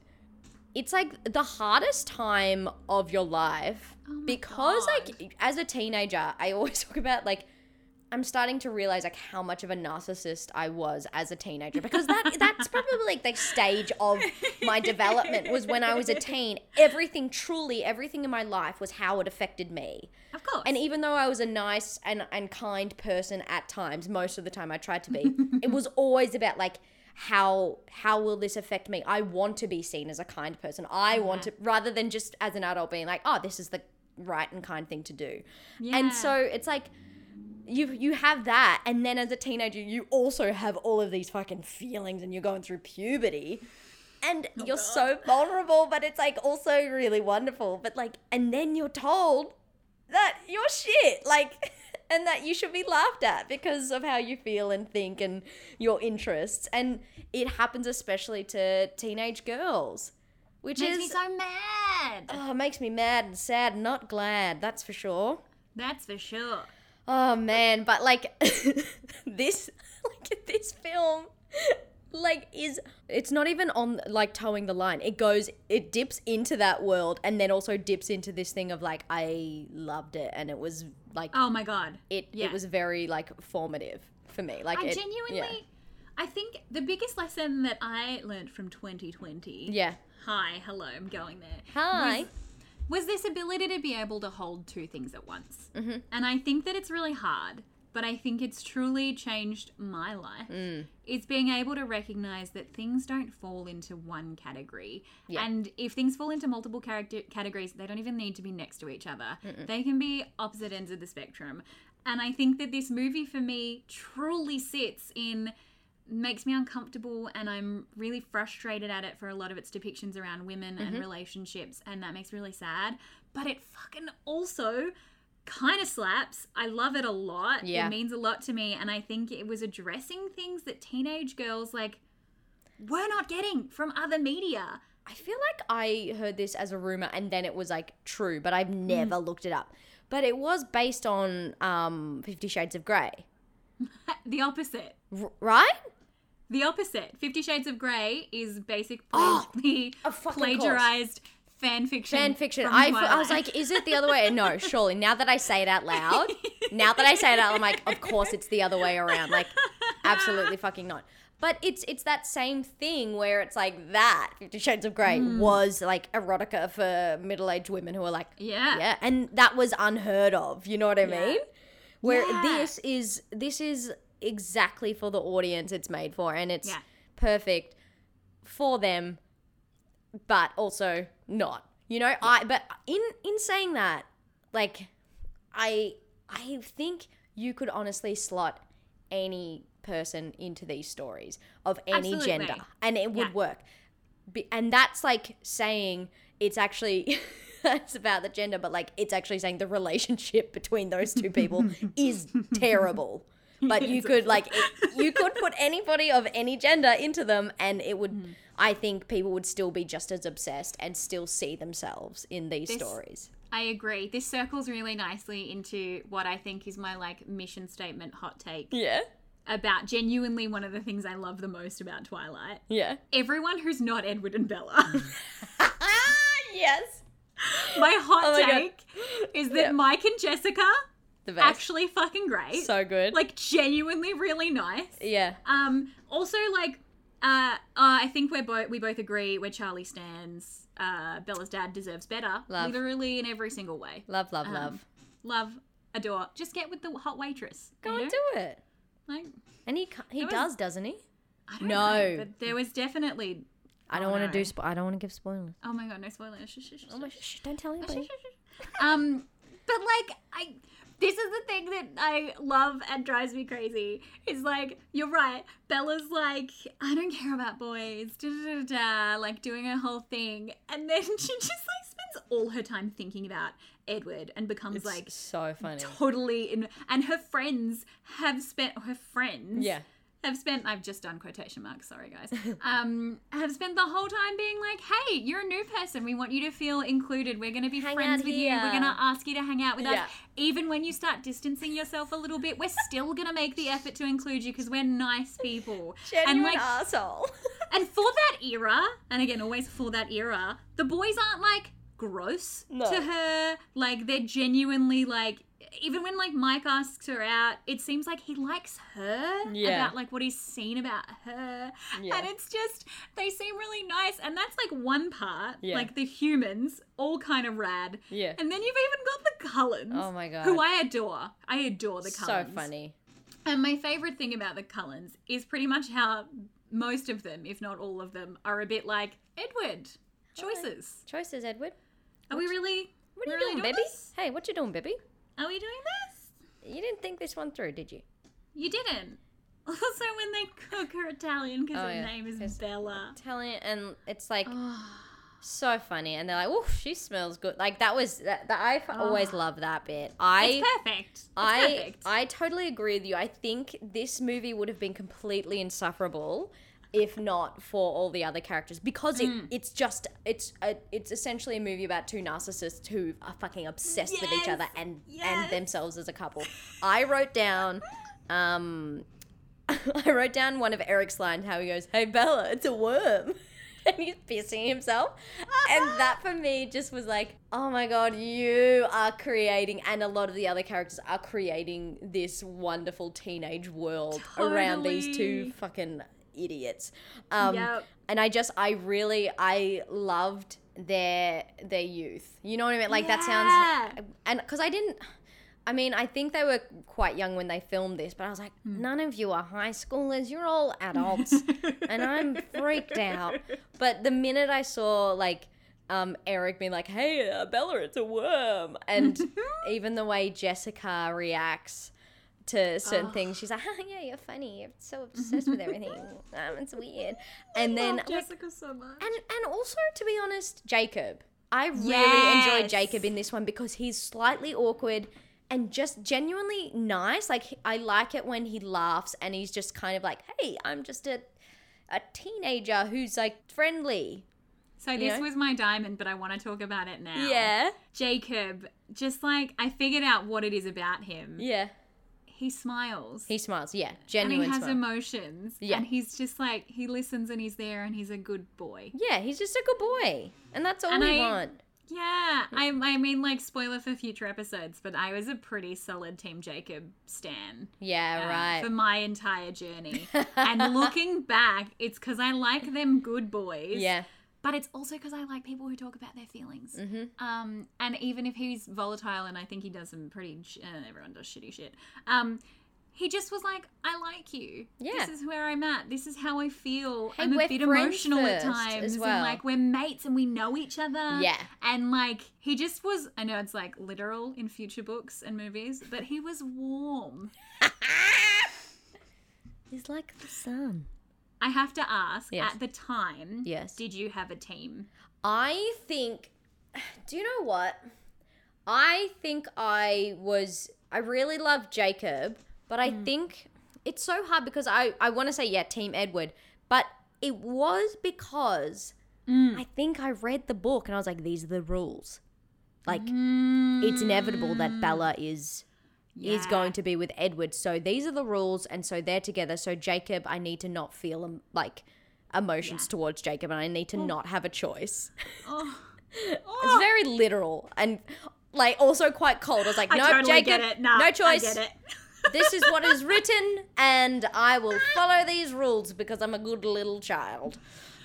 it's like the hardest time of your life because like as a teenager, I always (laughs) talk about like I'm starting to realize like how much of a narcissist I was as a teenager because that that's probably like the stage of my development was when I was a teen. Everything truly, everything in my life was how it affected me. Of course. And even though I was a nice and, and kind person at times, most of the time I tried to be, it was always about like how how will this affect me? I want to be seen as a kind person. I want to rather than just as an adult being like, oh, this is the right and kind thing to do. Yeah. And so it's like you you have that and then as a teenager you also have all of these fucking feelings and you're going through puberty and Oh, you're so vulnerable but it's like also really wonderful but like (laughs) and then you're told that you're shit like and that you should be laughed at because of how you feel and think and your interests. And it happens especially to teenage girls, which Makes is me so mad. oh, it makes me mad and sad, and not glad. That's for sure. That's for sure. Oh man, but like (laughs) this like this film like is it's not even on like towing the line. It goes it dips into that world and then also dips into this thing of like I loved it and it was like Oh my god. it yeah. it was very like formative for me. Like I it, genuinely yeah. I think the biggest lesson that I learned from 2020. Yeah. Hi, hello, I'm going there. Hi. Was, was this ability to be able to hold two things at once. Mm-hmm. And I think that it's really hard, but I think it's truly changed my life. Mm. Is being able to recognize that things don't fall into one category. Yeah. And if things fall into multiple character- categories, they don't even need to be next to each other, they can be opposite ends of the spectrum. And I think that this movie for me truly sits in makes me uncomfortable and I'm really frustrated at it for a lot of its depictions around women Mm-hmm. and relationships and that makes me really sad. But it fucking also kind of slaps. I love it a lot. Yeah. It means a lot to me and I think it was addressing things that teenage girls like were not getting from other media. I feel like I heard this as a rumor and then it was like true, but I've never looked it up. But it was based on um 50 Shades of Grey, The opposite. R- right? The opposite. Fifty Shades of Grey is (gasps) basically (laughs) Oh, the of fucking course. plagiarized fan fiction. fan fiction. from I, f- I Twilight. was like, is it the other way? (laughs) No, surely. Now that I say it out loud, now that I say it out, I'm like, of course it's the other way around. Like, absolutely fucking not. But it's it's that same thing where it's like that Fifty Shades of Grey Hmm. was like erotica for middle aged women who are like, Yeah. yeah, and that was unheard of. You know what I Yeah. mean? Where Yeah. this is this is exactly for the audience it's made for, and it's Yeah. perfect for them, but also not. You know, I but in in saying that, like, I I think you could honestly slot any person into these stories of any Absolutely. gender, and it would Yeah. work. Be- and that's like saying it's actually (laughs) it's about the gender but like it's actually saying the relationship between those two (laughs) people is terrible but you could like it, you could put anybody of any gender into them and it would Mm-hmm. i think people would still be just as obsessed and still see themselves in these stories I agree. This circles really nicely into what I think is my like mission statement hot take yeah about genuinely one of the things I love the most about Twilight. yeah Everyone who's not Edward and (laughs) Bella. ah yes my hot Oh my God. take is that Mike and Jessica the best actually fucking great. so good like genuinely really nice. yeah Um, also, like, uh, uh, I think we're both we both agree where Charlie stands. Uh, Bella's dad deserves better, Love. literally in every single way. love love Um, love Love, adore. Just get with the hot waitress. go you and know? do it Like, and he ca- he That was- does doesn't he I don't No. know, but there was definitely. i don't Oh, want to no. do spo- i don't want to give spoilers Oh my god, no spoilers. Shh, shh, shh, oh my shh. shh, don't tell anybody um but like i this is the thing that i love and drives me crazy is like you're right bella's like i don't care about boys da, da, da, da, like doing her whole thing and then (laughs) she just like spends all her time thinking about edward and becomes It's like so funny. totally in and her friends have spent her friends Yeah. have spent I've just done quotation marks, sorry guys. (laughs) Um have spent the whole time being like, "Hey, you're a new person. We want you to feel included. We're going to be Hang friends out with you. We're here." going to ask you to hang out with Yeah. us even when you start distancing yourself a little bit. We're still going to make the effort to include you because we're nice (laughs) people." and like (laughs) asshole. and for that era, and again, always for that era, the boys aren't like gross No. to her. Like they're genuinely like. Even when like Mike asks her out, it seems like he likes her Yeah. about like what he's seen about her, Yeah. and it's just they seem really nice, and that's like one part. Yeah. Like the humans, all kind of rad, yeah. and then you've even got the Cullens, Oh my god. who I adore. I adore the so Cullens. funny. And my favorite thing about the Cullens is pretty much how most of them, if not all of them, are a bit like Edward. Choices. Choices, Edward. Are we really? What are we're you really doing, baby? this? Hey, what you doing, baby? Are we doing this? You didn't think this one through, did you? You didn't. (laughs) Also, when they cook her Italian because Oh, her yeah. name is Yes. Bella. (sighs) Telling and it's like So funny, and they're like, "Oof, she smells good." Like that was that, that I f- always love that bit. I It's perfect. It's I perfect. I totally agree with you. I think this movie would have been completely insufferable if not for all the other characters because it, Mm. it's just it's a, it's essentially a movie about two narcissists who are fucking obsessed with each Yes, other and yes. and themselves as a couple. I wrote down um (laughs) I wrote down one of Eric's lines how he goes, "Hey Bella, it's a worm." (laughs) And he's pissing himself. And that for me just was like, oh my God, you are creating, and a lot of the other characters are creating this wonderful teenage world around these two Totally. fucking idiots. Um, Yep. And I just, I really, I loved their their youth. You know what I mean? Like that Yeah. sounds, and because I didn't, I mean, I think they were quite young when they filmed this, but I was like, none of you are high schoolers. You're all adults. and I'm freaked out. But the minute I saw, like, um, Eric being like, hey, uh, Bella, it's a worm. And even the way Jessica reacts to certain things, she's like, (laughs) oh, yeah, you're funny. You're so obsessed with everything. Um, it's weird. And then, Love Jessica so much. and and also to be honest, Jacob. I really enjoyed Yes. Jacob in this one because he's slightly awkward and just genuinely nice. Like he- I like it when he laughs and he's just kind of like, "Hey, I'm just a a teenager who's like friendly." So this know? was my diamond, but I want to talk about it now. Yeah. Jacob, just like I figured out what it is about him. Yeah. He smiles. He smiles. Yeah. and he Genuine has smile. emotions. Yeah. And he's just like he listens and he's there and he's a good boy. yeah, he's just a good boy. And that's all And we I- want. Yeah. I I mean like spoiler for future episodes, but I was a pretty solid team Jacob stan. Yeah, um, right. For my entire (laughs) journey. and looking back, it's because I like them good boys. yeah. but it's also because I like people who talk about their feelings. Mm-hmm. Um, and even if he's volatile, and I think he does some pretty, sh- uh, everyone does shitty shit. Um, he just was like, "I like you. Yeah. This is where I'm at. This is how I feel. Hey, I'm we're a bit friends emotional at first times, as well." and like we're mates and we know each other. Yeah. And like he just was. I know it's like literal in future books and movies, but he was warm. He's like the sun. I have to ask. Yes. At the time, Yes. Did you have a (gasps) team? I think. (sighs) Do you know what? I think I was. I really love Jacob, but I think it's so hard because I, I want to say, yeah, Team Edward, but it was because I think I read the book and I was like, these are the rules. Like, it's inevitable that Bella is is Yeah. going to be with Edward. So these are the rules, and so they're together. So Jacob, I need to not feel um, like emotions towards Jacob, and I need to not have a choice. Oh. It's (laughs) very literal and like also quite cold. I was like, no, I totally Jacob, get it. Nah, no choice. I get it. this is what (laughs) is written, and I will follow these rules because I'm a good little child.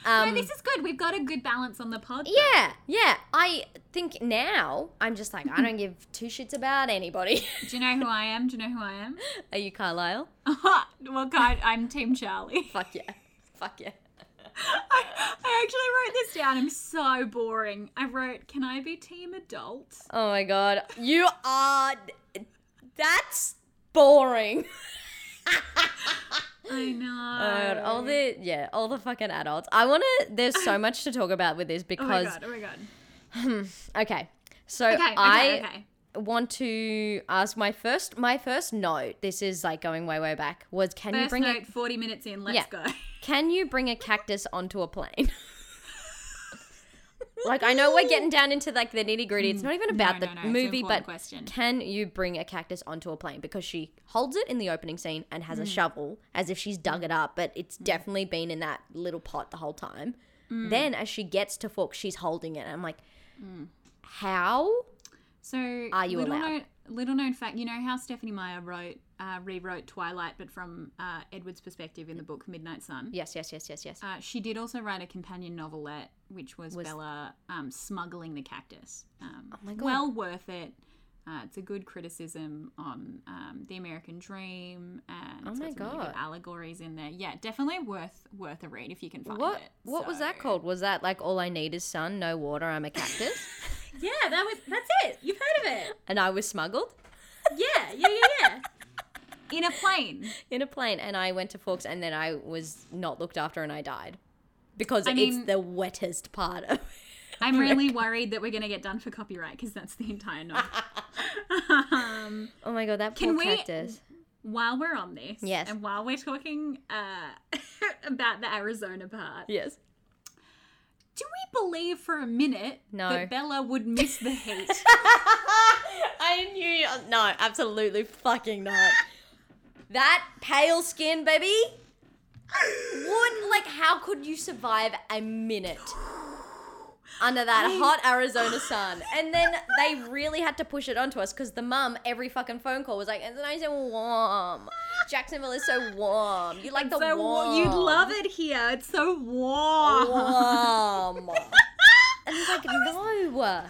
Um, No, this is good. We've got a good balance on the pod. though. yeah, yeah. I think now I'm just like I don't give two shits about anybody. (laughs) Do you know who I am? Do you know who I am? (laughs) Are you Carlisle? well, God, I'm Team Charlie. (laughs) Fuck yeah, fuck yeah. I, I actually wrote this down. I'm so boring. I wrote, "Can I be Team Adult?" Oh my god, you are. That's boring. I know. Oh my (laughs) God, all the yeah, all the fucking adults. I want to. There's so much to talk about with this Oh my because god! Oh my god! Okay. So Okay, okay, I okay. want to ask my first my first note. This is like going way way back. Was can you First bring note, a, 40 minutes in. Let's Yeah. go. (laughs) can you bring a cactus onto a plane? (laughs) like I know we're getting down into like the nitty gritty. It's not even about Mm. no, the no, it's an movie, important but question. can you bring a cactus onto a plane? Because she holds it in the opening scene and has a Mm. shovel as if she's dug it up, but it's definitely been in that little pot the whole time. Mm. Then as she gets to Fork, she's holding it. I'm like, how? So, Are you little allowed? Known, little known fact, you know how Stephanie Meyer wrote, uh, rewrote Twilight, but from uh, Edward's perspective in the book Midnight Sun. Yes, yes, yes, yes, yes. Uh, she did also write a companion novelette, which was, Bella um, smuggling the cactus. Um, Oh my God. Well worth it. Uh, it's a good criticism on um, the American dream, and it's Oh my got some really God. good allegories in there. Yeah, definitely worth worth a read if you can find What it. what was that So- called? Was that like all I need is sun, no water, I'm a cactus? (laughs) Yeah, that was that's it. You've heard of it. and I was smuggled Yeah, yeah, yeah, yeah. in a plane. in a plane and I went to Forks and then I was not looked after and I died. Because I it's mean- the wettest part of (laughs) I'm really worried that we're going to get done for copyright because that's the entire novel. (laughs) um, Oh my god, that Can poor we- cactus. while we're on this, Yes. and while we're talking uh, (laughs) about the Arizona part, Yes. do we believe for a minute No. that Bella would miss (laughs) the heat? I knew. uh, No, absolutely fucking not. That pale skin, baby. Would like, how could you survive a minute under that hot Arizona sun? And then they really had to push it onto us because the mum, every fucking phone call was like, "It's nice and warm. Jacksonville is so warm. You like the so wa- warm. you'd love it here. It's so warm. (laughs) warm." and it's like, no.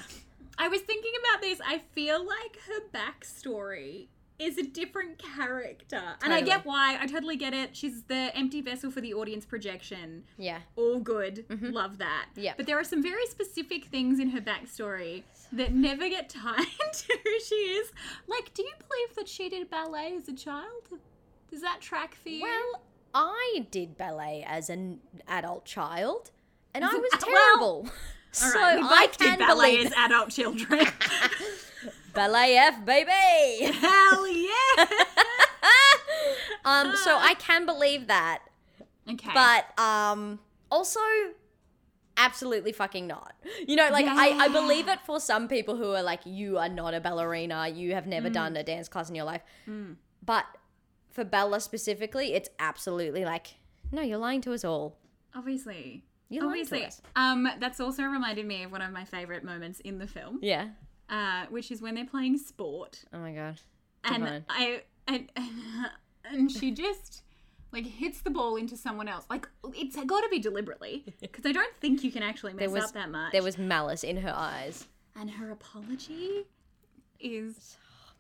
I was thinking about this. I feel like her backstory is a different character. And I Totally. get why. I totally get it. She's the empty vessel for the audience projection. Yeah. Mm-hmm. All good. Love that. Yeah. But there are some very specific things in her backstory that never get tied (laughs) to who she is. Like, do you believe that she did ballet as a child? Does that track for you? Well, I did ballet as an adult child, and I (laughs) As an was ad- (laughs) terrible. All so right, we both I did can ballet believe (laughs) as adult children. ballet F, (laughs) baby. Hell yeah! um, so I can believe that, Okay. but um, also absolutely fucking not. You know, like I, I believe Yeah. it for some people who are like, you are not a ballerina, you have never done Mm. a dance class in your life, but for Bella specifically, it's absolutely like, no, you're lying to us all. Obviously. You lied to Obviously. us. Um, that's also reminded me of one of my favourite moments in the film, Yeah. uh, which is when they're playing sport. Oh my god. And Divine. I and, (laughs) and she just like hits the ball into someone else. Like it's got to (laughs) be deliberately because I don't think you can actually mess was- up that much. There was malice in her eyes. and her apology is,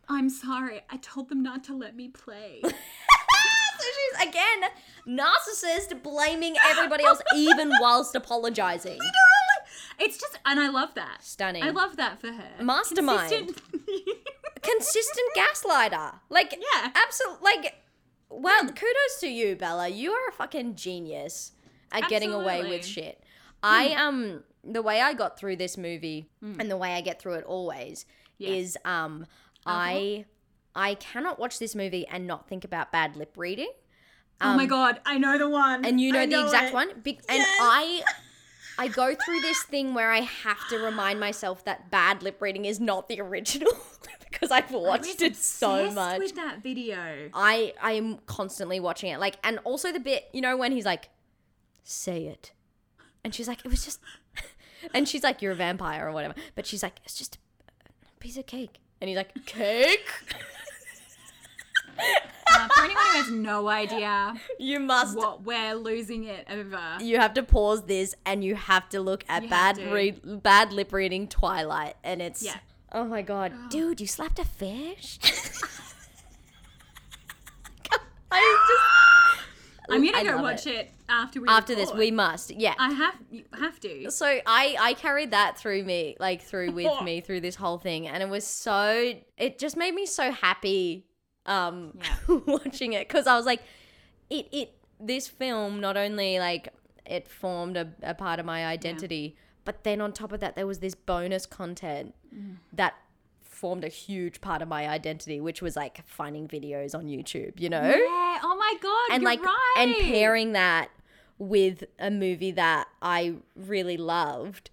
"I'm sorry. I told them not to let (laughs) me play." So she's again narcissist blaming everybody else (laughs) even whilst apologizing. it's just, and I love that. Stunning. I love that for her. Mastermind. Consistent- (laughs) Consistent gaslighter. Like Yeah. absolutely like well, kudos to you, Bella. You are a fucking genius at getting away with Absolutely. Hmm. shit. I um the way I got through this movie and the way I get through it always Yeah. Uh-huh. is um I I cannot watch this movie and not think about bad lip reading. oh my god, I know the one. Um, and you know, I the exact it. one. Be- And Yes. I, I (laughs) go through this thing where I have to remind myself that bad lip reading is not the original (laughs) because I've I was watched it so obsessed much. with that video. I I am constantly watching it, like, and also the bit you know when he's like, "Say it," and she's like, "It was just," (laughs) and she's like, "You're a vampire" or whatever, but she's like, "It's just a piece of cake," and he's like, "Cake? (laughs) Uh, for anyone who has no idea You must." what we're losing it over. you have to pause this and you have to look at You have bad to. read bad lip reading Twilight and it's Yeah. oh my god dude you slapped a (laughs) fish I I'm gonna I go love watch it. after we just after this record. we must yeah I have you have to. so I I carried that through me like through with me through this whole thing and it was so it just made me so happy um (laughs) watching it cuz I was like it it this film not only like it formed a, a part of my identity but then on top of that there was this bonus content that formed a huge part of my identity which was like finding videos on YouTube you know Yeah. Oh my god. and you're like right. and pairing that with a movie that I really loved,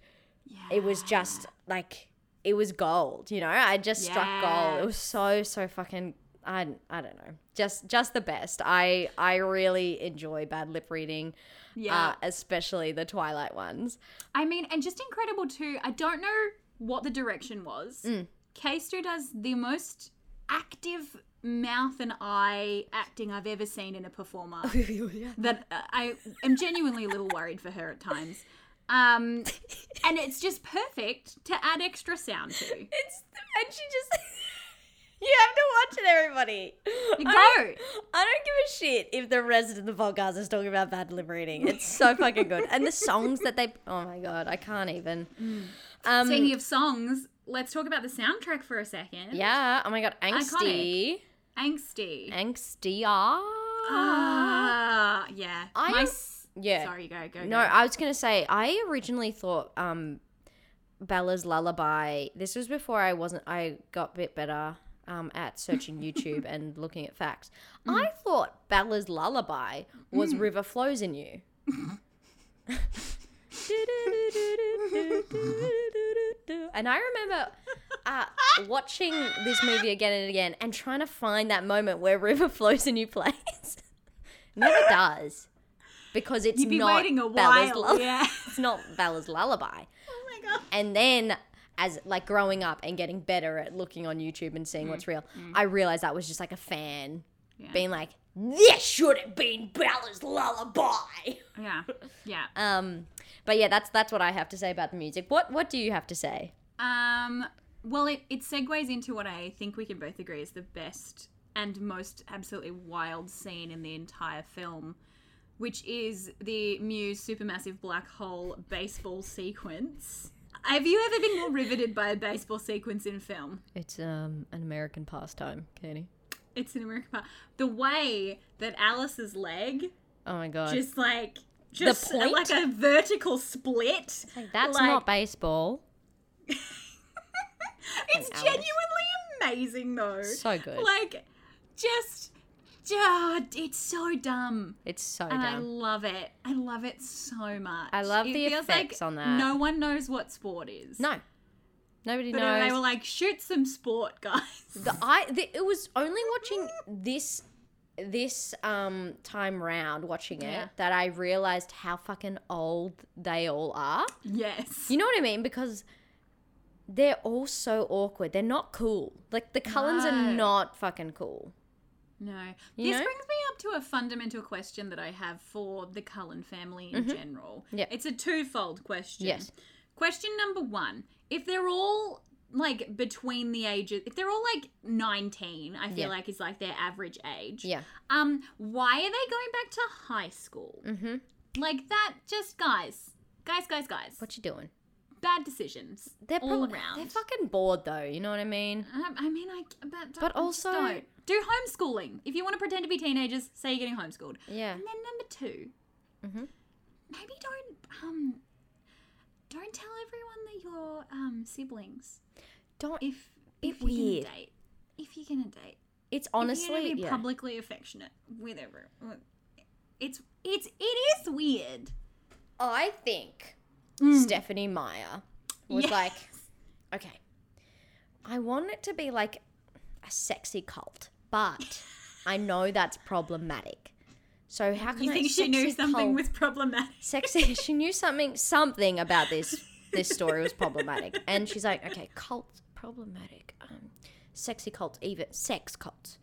it was just like it was gold. You know, I just struck gold. It was so so fucking. I, I don't know just just the best I I really enjoy bad lip reading Yeah. uh, especially the Twilight ones I mean, and just incredible too. I don't know what the direction was. Mm. Keister does the most active mouth and eye acting I've ever seen in a (laughs) performer. that uh, I am genuinely a little worried for her at times. Um, and it's just perfect to add extra sound to. it's and she just (laughs) you have to watch it everybody You I- go. I don't give a shit if the rest of the podcast is talking about bad lip reading. It's (laughs) so fucking good. And the songs that they oh my god, I can't even. Um Speaking of songs, let's talk about the soundtrack for a second. Yeah, oh my god, angsty. Angsty. Angsty Ah, yeah. I My am- s- Yeah. Sorry, go, go. No, go. I was gonna say I originally thought um Bella's Lullaby. This was before I wasn't. I got a bit better um, at searching (laughs) YouTube and looking at facts. Mm-hmm. I thought Bella's Lullaby was Mm. River Flows in (laughs) You. and I remember uh, watching this movie again and again and trying to find that moment where River Flows in You plays. (laughs) Never does. Because it's You'd be not waiting a Bella's while. Lullaby. Yeah. It's not Bella's Lullaby Oh my god. and then as like growing up and getting better at looking on YouTube and seeing what's real, I realized that was just like a fan Mm-hmm. Yeah. being like, "This should have been Bella's lullaby." Yeah. (laughs) Yeah. Um, but yeah, that's that's what I have to say about the music. What what do you have to say? Um, well, it, it segues into what I think we can both agree is the best and most absolutely wild scene in the entire film, which is the Muse supermassive black hole baseball sequence. Have you ever been more riveted by a baseball sequence in film? It's um an American pastime, Katie. It's an American part. The way that Alice's leg Oh my god, just like just uh, point? like a vertical split. that's like- not baseball. It's Alice. genuinely amazing though. So good. like just ah, it's so dumb it's so and i dumb. love it i love it so much I love it the feels effects like on that. no one knows what sport is no, nobody but knows. they were like shoot some sport guys (laughs) The, I the, it was only watching this this um time round watching it Yeah. that I realized how fucking old they all are. yes You know what I mean? Because they're all so awkward. They're not cool. Like the Cullens No. are not fucking cool. no You this know? brings me up to a fundamental question that i have for the cullen family in general Mm-hmm. Yeah. it's a twofold question Yes. question number one if they're all like between the ages if they're all like 19 i feel Yeah. like is like their average age Yeah. Um, why are they going back to high school? Mhm. Like that, just guys, guys, guys, guys. What you doing? Bad decisions. They're all prob- around. They're fucking bored though. You know what I mean? Um, I mean, I but, don't- But I just also- don't. do homeschooling. If you want to pretend to be teenagers, say you're getting homeschooled. Yeah. And then number 2 Mhm. maybe don't um, don't tell everyone that you're um siblings. Don't. (laughs) Be If if you're weird. gonna date, if you're gonna date, It's if you're honestly. gonna be yeah. publicly affectionate with everyone, it's it's it is weird. I think Stephanie Meyer was Hmm. Yes. like, okay, I want it to be like a sexy cult, but I know that's problematic. So how can (laughs) You I think she knew sexy something cult- was problematic? sexy? (laughs) She knew something something about this this story was problematic, and she's like, okay, cult problematic, um, sexy cult, even sex cult.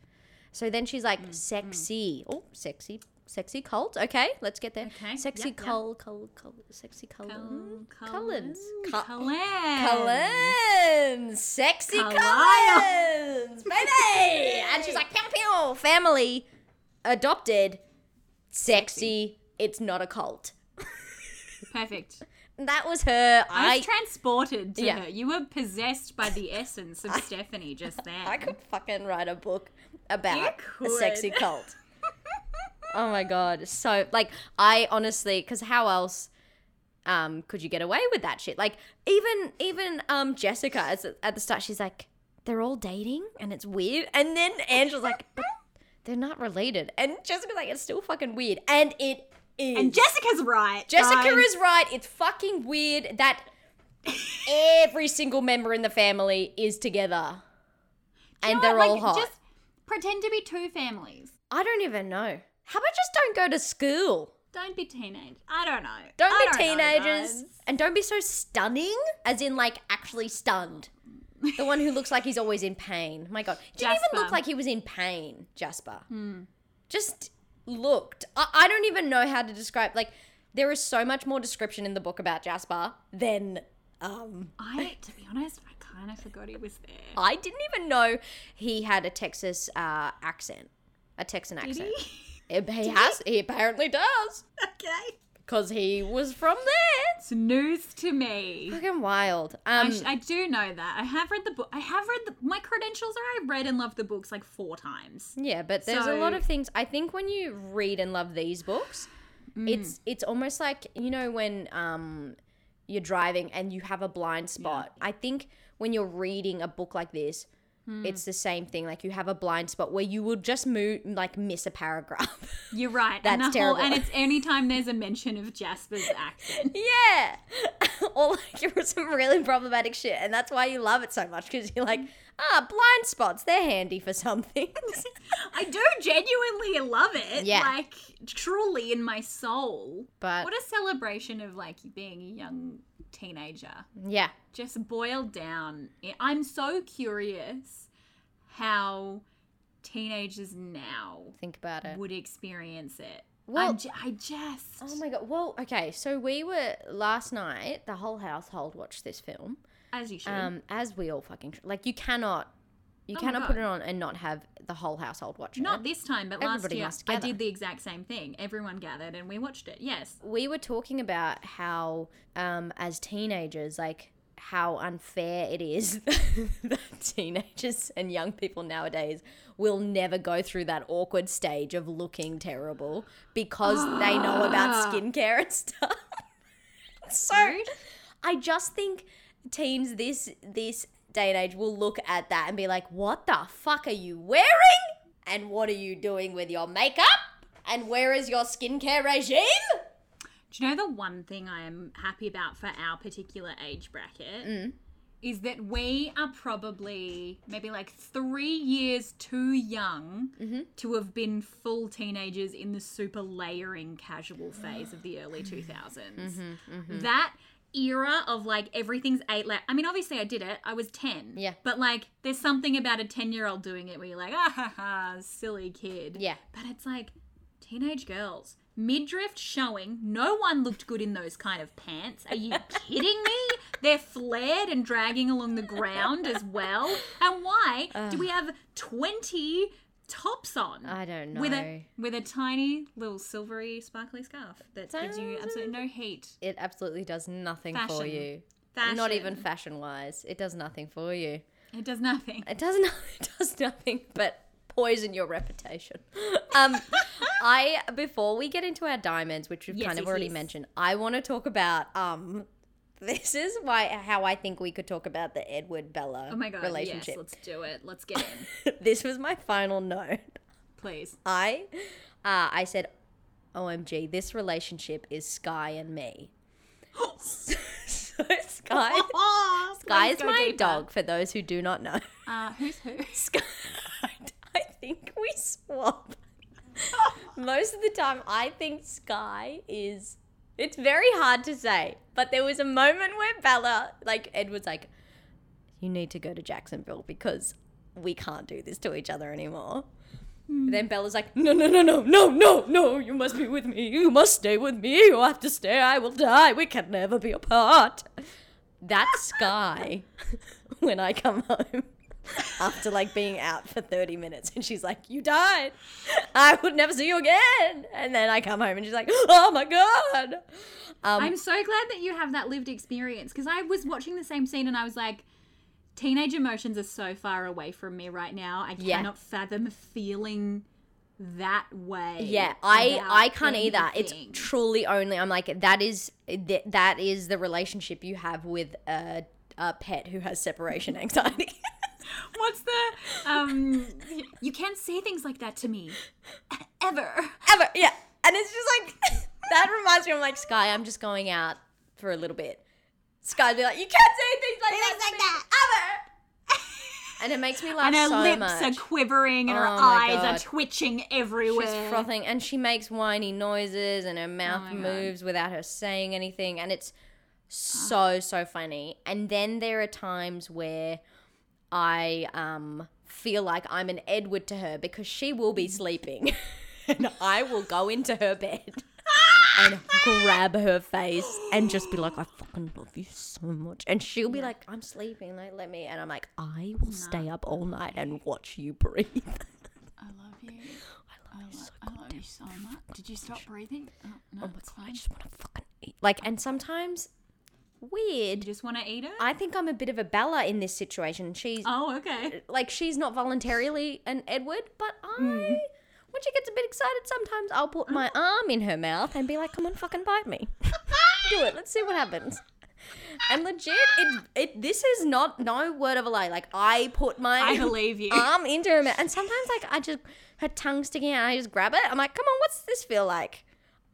So then she's like, Mm, sexy, oh, sexy, sexy cult. Okay, let's get there. Okay, Sexy yep, yep. cult, cult, cult, sexy cult. Col- Collins. Col- Um, Col- Collins. Collins, sexy Carlisle. Collins, baby, and she's like, pew pew, family, adopted, sexy. It's not a cult. Perfect. That was her. I I was transported to Yeah. her. You were possessed by (laughs) the essence of Stephanie just then. I could fucking write a book about You a sexy could. (laughs) cult. oh my god, so like I honestly, because how else um could you get away with that shit? Like even even um Jessica as, at the start, she's like, they're all dating and it's weird, and then Angela's like, but they're not related, and Jessica's like, it's still fucking weird, and it is. And Jessica's right. Jessica guys. is right. It's fucking weird that every single member in the family is together. You And know they're what, all like, hot. Just pretend to be two families. I don't even know. How about just don't go to school? Don't be teenage. I don't know. Don't I be don't know, teenagers. guys. and don't be so stunning, as in, like, actually stunned. The one who looks like he's always in pain. My God. He didn't even Jasper. Hmm. look like he was in pain, Jasper. Just looked. I, I don't even know how to describe. Like, there is so much more description in the book about Jasper than. Um, I, to be honest, I kind of forgot he was (laughs) there. I didn't even know he had a Texas uh, accent, a Texan accent. Eh, He has. He apparently does, okay. because he was from there. It's news to me. Fucking wild. Um, I, sh- I do know that. I have read the book. I have read the- my credentials are I read and loved the books like four times. yeah, but there's a lot So- of things. I think when you Mm. read and love these books, it's it's almost like you know when um, you're driving and you have a blind spot. I think when you're reading a book like this, it's the same thing. Like you have a blind spot where you will just move, like miss a paragraph. You're right. and the That's whole- and terrible. it's any time there's a mention of Jasper's accent. yeah, (laughs) or like there was some really problematic shit, and that's why you love it so much because you're like, ah, blind spots. They're handy for some (laughs) things. I do genuinely love it. Yeah. Like truly in my soul. but What a celebration of like being a young teenager. yeah, Just boiled down. I'm so curious how teenagers now think about it. would experience it. Uh, Well- I'm ju- I just Oh my god. Well, okay. So we were last night. The whole household watched this film. as you should. Um, as we all fucking like, you cannot, you Oh my cannot put God. it on and not have the whole household watch it. Not this time, but last Everybody year must I gather. did the exact same thing. Everyone gathered and we watched it. Yes. we were talking about how, um, as teenagers, like how unfair it is (laughs) that teenagers and young people nowadays will never go through that awkward stage of looking terrible because they know about skincare and stuff. (laughs) so Rude. I just think teens this this day and age will look at that and be like, "What the fuck are you wearing? And what are you doing with your makeup? And where is your skincare regime?" Do you know the one thing I am happy about for our particular age bracket? Mm. Is that we are probably maybe like three years too young Mm-hmm. to have been full teenagers in the super layering casual phase of the early Mm-hmm. 2000s. That era of like everything's eight la I mean, obviously I did it. I was 10. Yeah. But like there's something about a 10 year old doing it where you're like, ah ha ha, silly kid. Yeah. But it's like teenage girls, midriff showing. No one looked good in those kind of pants. (laughs) Are you kidding me? They're flared and dragging along the ground as well. And why do we have 20 tops on? I don't With know. a with a tiny little silvery sparkly scarf that gives you absolutely no heat. It absolutely does nothing for Fashion. you. Fashion. Not even fashion wise. It does nothing for you. It does nothing. It does not (laughs) it does nothing but poison your (laughs) reputation. Um (laughs) I before we get into our diamonds, which we've Yes, kind of yes, already yes. mentioned, I want to talk about um this is why how I think we could talk about the Edward Bella Oh my god. Yes, relationship. let's do it. Let's get in, (laughs) this was my final note. (laughs) please. I uh, I said OMG, this relationship is Sky and me. (laughs) so (laughs) Sky Oh, Sky let's is go my deeper. dog for those who do not know. Uh, who's who? (laughs) Sky. I think we swap. Most of the time, I think Sky is. It's very hard to say, but there was a moment where Bella, like, Ed was like, you need to go to Jacksonville because we can't do this to each other anymore. Then Bella's like, no, no, no, no, no, no, no, you must be with me. You must stay with me. You have to stay. I will die. We can never be apart. That's Sky when I come home after like being out for 30 minutes and she's like, You died. I would never see you again. And then I come home and she's like, Oh my God. Um, I'm so glad that you have that lived experience because I was watching the same scene and I was like, teenage emotions are so far away from me right now. I Yeah. cannot fathom feeling that way. Yeah, I about I can't either. It's anything. truly only I'm like that is th- that is the relationship you have with a a pet who has separation anxiety. (laughs) what's the um. you can't say things like that to me, ever. (laughs) Ever, yeah, and it's just like (laughs) that reminds me. I'm like Sky. I'm just going out for a little bit. Sky'd be like, you can't say things like that, to me ever. (laughs) And it makes me laugh And her so lips much. are quivering and her Oh my eyes God. are twitching everywhere. Oh She's frothing and she makes whiny noises and her mouth my God. moves without her saying anything and it's Ah. so so funny. And then there are times where I um feel like I'm an Edward to her because she will Mm. be sleeping (laughs) and I will go into her (laughs) bed and grab her face and just be like I fucking love you so much and she'll be like I'm sleeping like let me and I'm like I will stay up all night and watch you breathe. I love you. I love, I love you so much. Did you stop breathing? Oh, no, it's I fine. just want to fucking eat. Like, and sometimes, You weird. just want to eat it? I think I'm a bit of a Bella in this situation. She's oh, okay. like, she's not voluntarily an Edward, but I. Mm. When she gets a bit excited, sometimes I'll (laughs) put my arm in her mouth and be like, "Come on, fucking bite me. Do it. Let's see what happens." And legit, it, it this is not no word of a lie. Like I put my I believe you. arm into her, mouth, and sometimes like I just her tongue sticking out, I just grab it. I'm like, come on, what's this feel like?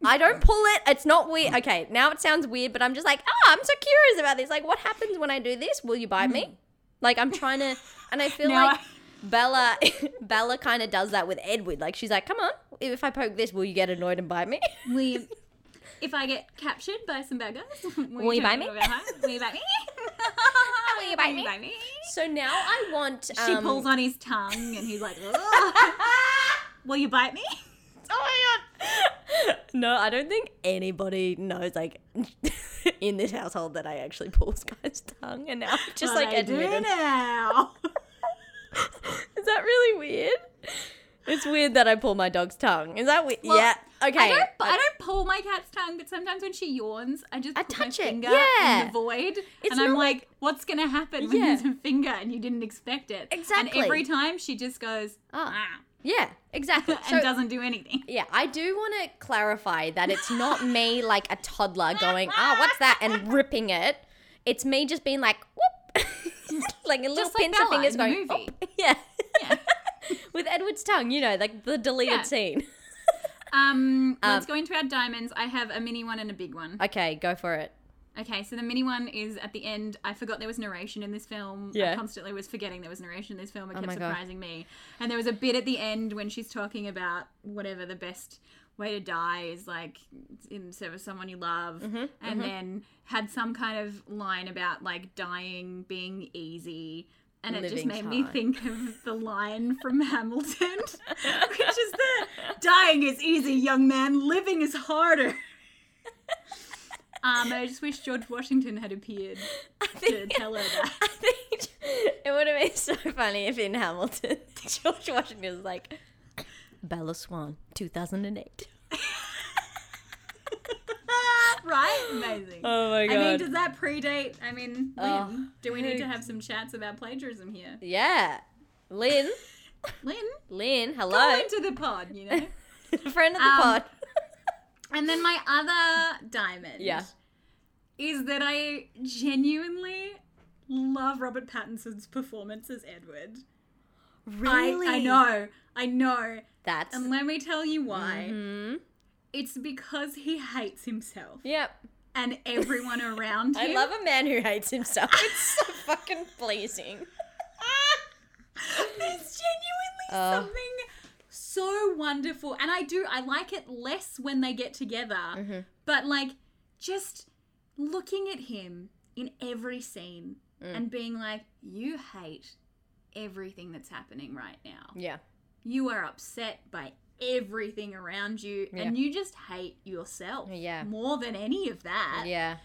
I don't pull it. It's not weird. Okay, now it sounds weird, but I'm just like, ah, I'm so curious about this. Like, what happens when I do this? Will you bite me? Like, I'm trying to, and I feel Hmm. Now like I- Bella, (laughs) Bella kind of does that with Edward. Like, she's like, come on, if I poke this, will you get annoyed and (laughs) bite me? (laughs) We, if I get captured by some bad guys, (laughs) Will you buy me? Will you buy me? (laughs) Will you buy me? (laughs) So now I want. Um, She pulls on his tongue and he's like, (laughs) "Ugh." Will you bite me? Oh my god! (laughs) No, I don't think anybody knows, like, (laughs) in this household that I actually pulls guys' tongue, and now I'm just But like I do admitted. (laughs) now. Is that really weird? It's weird that I pull my dog's tongue. Is that weird? Well, yeah. Okay. I don't, I Uh, don't pull my cat's tongue, but sometimes when she yawns, I just I put touch my it, finger in yeah. the void, It's and I'm not like, "What's gonna happen when Yeah. there's a finger and you didn't expect it?" Exactly. And every time she just goes, "Ah," (laughs) yeah. Exactly. and So, doesn't do anything. yeah, I do want to clarify that it's (laughs) not me like a toddler going, "Ah, what's that?" (laughs) and ripping it. It's me just being like, whoop, (laughs) like a little Just like pincer Bella fingers in the going, movie. "Whoop." yeah, Yeah. (laughs) with Edward's tongue, you know, like the deleted Yeah. scene. Um, let's Um, go into our diamonds. I have a mini one and a big one. Okay, go for it. (laughs) Okay, so the mini one is at the end. I forgot there was narration in this film. I Yeah. constantly was forgetting there was narration in this film. It kept my God. surprising me. And there was a bit at the end when she's talking about whatever the best way to die is like in service of someone you love and then had some kind of line about like dying being easy and it just Living's made me hard. think of the line (laughs) from Hamilton which is that dying is easy young man living is harder um, I just wish George Washington had appeared to tell her that. (laughs) I think it would have been so funny if in Hamilton, (laughs) George Washington was like, Bella Swan, 2008. right? Amazing. Oh my I mean, God. does that predate? I mean, Oh, Lynn, do we need to who- have some chats about plagiarism here? Yeah. Lynn, Lynn, Lynn, go hello. into the pod, you know? (laughs) Friend of the Um, pod. and then my other diamond Yeah. is that I genuinely love Robert Pattinson's performance as Edward. I, I know, I know. That's. And let me tell you why. hmm It's because he hates himself Yep. and everyone around (laughs) him. I love a man who hates himself. (laughs) It's so fucking pleasing. (laughs) There's genuinely Oh. something so wonderful. And I do, I like it less when they get together. But like, just looking at him in every scene and being like, you hate everything that's happening right now. Yeah. You are upset by everything around you and you just hate yourself Yeah. more than any of that. Yeah.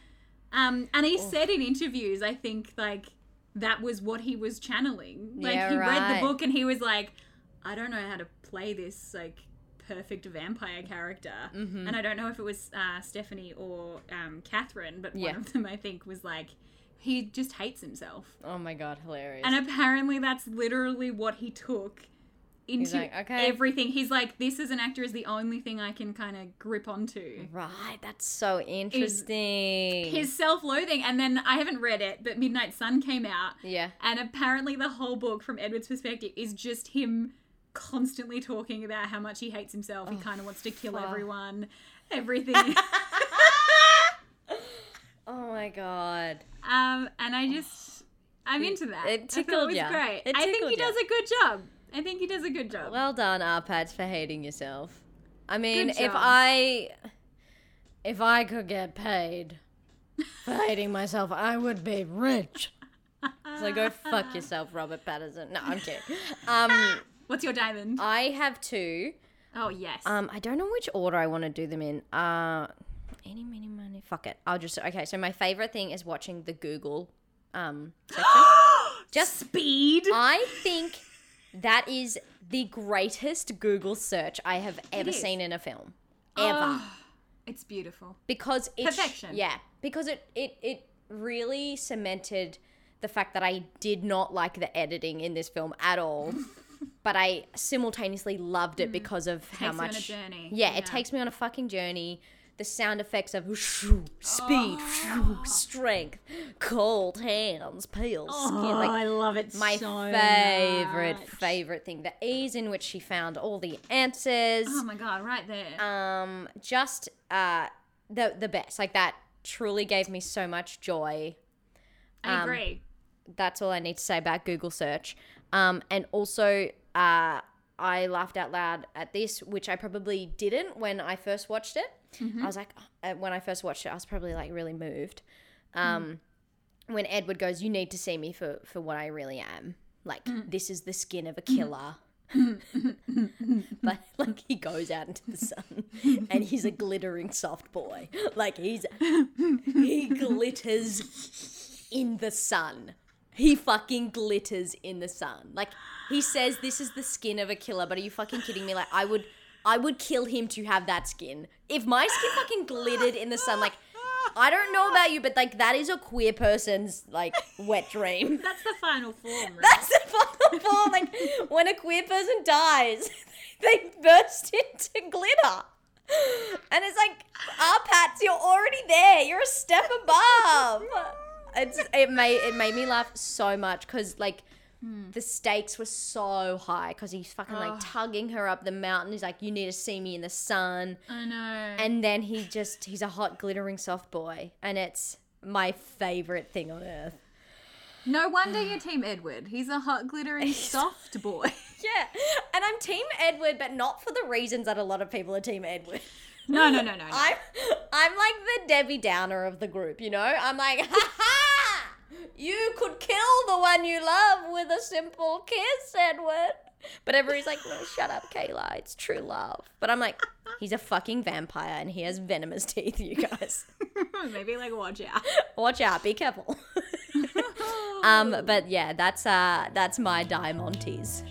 Um, and Oh. he said in interviews, I think like that was what he was channeling. Like Yeah, he read right. the book and he was like, I don't know how to play this like perfect vampire character. Mm-hmm. And I don't know if it was uh, Stephanie or um, Catherine, but Yeah. one of them I think was like, he just hates himself. Oh my god, hilarious. And apparently that's literally what he took into like, "Okay." everything. He's like, this as an actor is the only thing I can kind of grip Mm-hmm. onto. right, that's so interesting. His self-loathing, and then I haven't read it, but Midnight Sun came out, (laughs) yeah. and apparently, the whole book from Edward's perspective is just him constantly talking about how much he hates himself. he kind of wants to kill fuck. everyone, (laughs) everything. um, Oh my god. Um, and I just, I'm into that. it I thought tickled was ya. Great. It I think tickled he ya. does a good job. I think he does a good job. Well done, Arpads, for hating yourself. I mean, Good if job. I if I could get paid for hating myself, I would be rich. So go (laughs) fuck yourself, Robert Patterson. No, I'm kidding. Um, What's your diamond? I have two. oh yes. uh, Um, I don't know which order I want to do them in. Uh, any, many, money. Fuck it. I'll just okay. So my favorite thing is watching the Google. Um, just speed. I think that is the greatest Google search I have ever is. seen in a film. Ever. Oh, it's beautiful. because it sh- Perfection. yeah, because it it it really cemented the fact that I did not like the editing in this film at (laughs) all, but I simultaneously loved it because of how Mm. Takes you on a much. journey. Yeah, it takes me on a fucking journey. the sound effects of (laughs) shoo, speed, shoo, (laughs) Oh. strength, cold hands, pale skin. Like, Oh, I love it my so favorite much. favorite thing the ease in which she found all the answers Oh my god, right there. um just uh the the best like that truly gave me so much joy (laughs) um, I agree. that's all i need to say about google search um and also uh i laughed out loud at this which i probably didn't when i first watched it i was like uh, when i first watched it i was probably like really moved um when edward goes you need to see me for for what i really am like this is the skin of a killer but like he goes out into the sun and he's a glittering soft boy like he's he glitters in the sun he fucking glitters in the sun like he says this is the skin of a killer but are you fucking kidding me like i would i would kill him to have that skin if my skin fucking glittered in the sun like i don't know about you but like that is a queer person's like wet dream That's the final form, right? (laughs) that's the final form. Like when a queer person dies, (laughs) they burst into glitter. And it's like, ah, Pats, you're already there. You're a step above. It's it made it made me laugh so much because like the stakes were so high because he's fucking like tugging her up the mountain. He's like, you need to see me in the sun. I know. And then he just he's a hot glittering soft boy, and it's my favorite thing on earth. no (sighs) wonder you're Team Edward. He's a hot, (laughs) glittering, soft boy. Yeah, and I'm Team Edward, but not for the reasons that a lot of people are Team Edward. (laughs) No, no, no, no. no. I'm, I'm like the Debbie Downer of the group, you know. I'm like, ha ha! You could kill the one you love with a simple kiss, Edward. But everybody's like, no, shut up, Kayla. It's true love. But I'm (laughs) like, he's a fucking vampire and he has venomous teeth, you guys. Hmm, Maybe like watch out. Watch out, be (laughs) careful. um, but yeah, that's uh that's my Diamantes.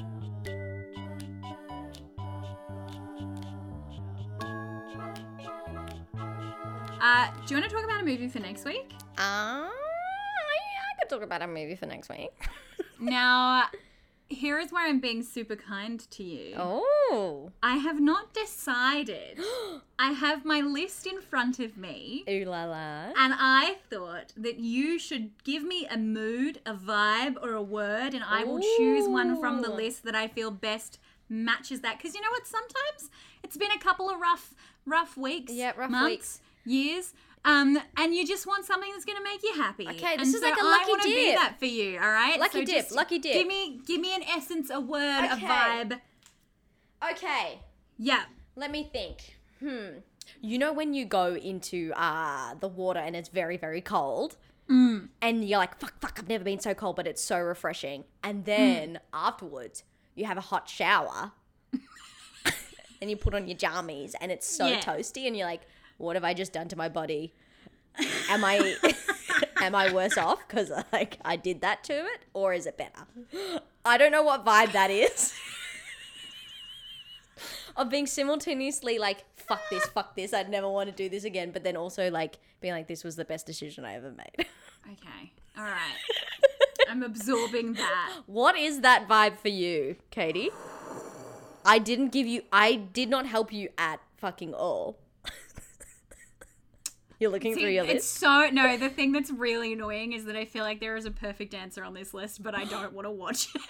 Uh, do you want to talk about a movie for next week? Ah, I could talk about a movie for next (laughs) week. Now, here is where I'm being super kind to you. Oh, I have not decided. I have my list in front of me. ooh la la. And I thought that you should give me a mood, a vibe, or a word, and I will choose one from the Ooh. list that I feel best matches that. Because you know what? Sometimes it's been a couple of rough, rough weeks, Yeah, rough months, years, um, and you just want something that's going to make you happy. Okay, this And is like a I lucky wanna Be dip. that for you, all right? Lucky So dip, just lucky dip. Give me, give me an essence, a word, Okay. a vibe. Okay, Yeah. let me think. Hmm. You know when you go into uh the water and it's very very cold. And you're like, fuck, fuck, I've never been so cold, but it's so refreshing. And then afterwards, you have a hot shower (laughs) and you put on your jammies and it's so Yeah. toasty, and you're like, what have I just done to my body? Am I am I worse off because like I did that to it, or is it better? I don't know what vibe that is. of being simultaneously like, fuck this, fuck this, I'd never want to do this again, but then also like being like, this was the best decision I ever made. (laughs) Okay. All right. I'm absorbing that. What is that vibe for you, Katie? I didn't give you. I did not help you at fucking all. (laughs) You're looking through See, your it's list. so no. The thing that's really annoying is that I feel like there is a perfect answer on this list, but I don't want to watch (laughs) it.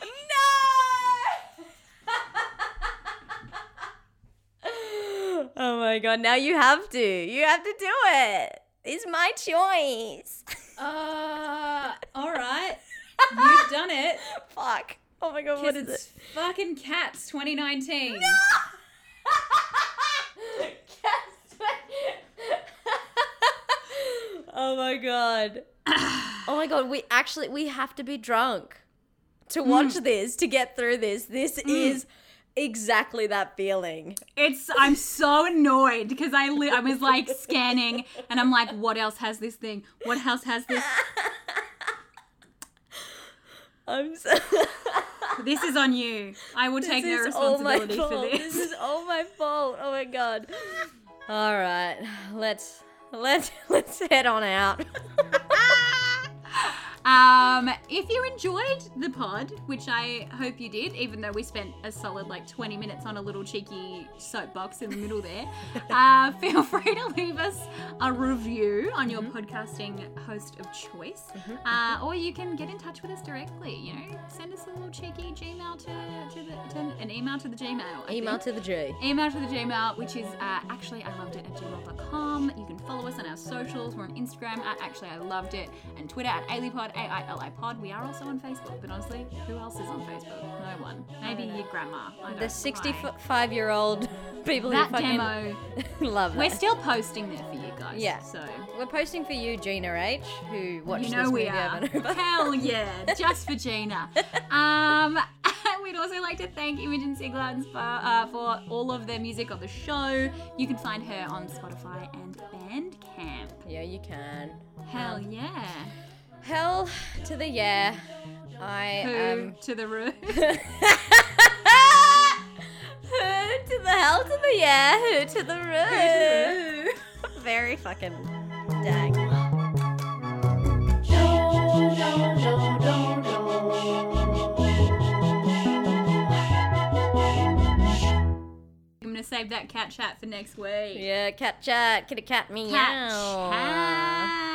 (gasps) Oh my god! Now you have to. You have to do it. It's my choice. (laughs) Uh, all right, you've done (laughs) it. Fuck. Oh my god! What is it? fucking Cats 2019. (laughs) oh my god. oh my god, we actually we have to be drunk to watch Hmm. this, to get through this. This is exactly that feeling. It's I'm so annoyed because I li- I was like scanning and I'm like, what else has this thing? What else has this? I'm so (laughs) This is on you. I will take no is all my responsibility for fault. oh this. is all my fault. Oh my god. All (laughs) right. Let's let's let's head on out. Um, if you enjoyed the pod, which I hope you did, even though we spent a solid like 20 minutes on a little cheeky soapbox in the middle there, uh, feel (laughs) free to leave us a review on your podcasting host of choice. Uh, or you can get in touch with us directly. You know, send us a little cheeky Gmail to, to, the, to an email to the Gmail. (laughs) I Email think to the G. email to the gmail which is uh, actually i loved it at gmail.com you can follow us on our socials we're on instagram at actually i loved it and twitter at alipod a-i-l-i-pod we are also on facebook but honestly who else is on facebook no one maybe your grandma I don't know. The 65 year old people that who fucking demo (laughs) love we're that. still posting there for you guys Yeah. so We're posting for you, Gina H, who watched you know this we movie are. over and over. Hell yeah, just for Gina. Um, (laughs) and we'd also like to thank Imogen Siglans for, uh, for all of the music of the show. You can find her on Spotify and Bandcamp. (laughs) Yeah, you can. Hell yeah. Hell to the yeah. I Poo am. (laughs) to the roof. (laughs) who to the hell to the yeah, who to the the (laughs) roo. Very fucking dang. I'm going to save that cat chat for next week. Yeah, cat chat, kitty cat meow. Cat chat.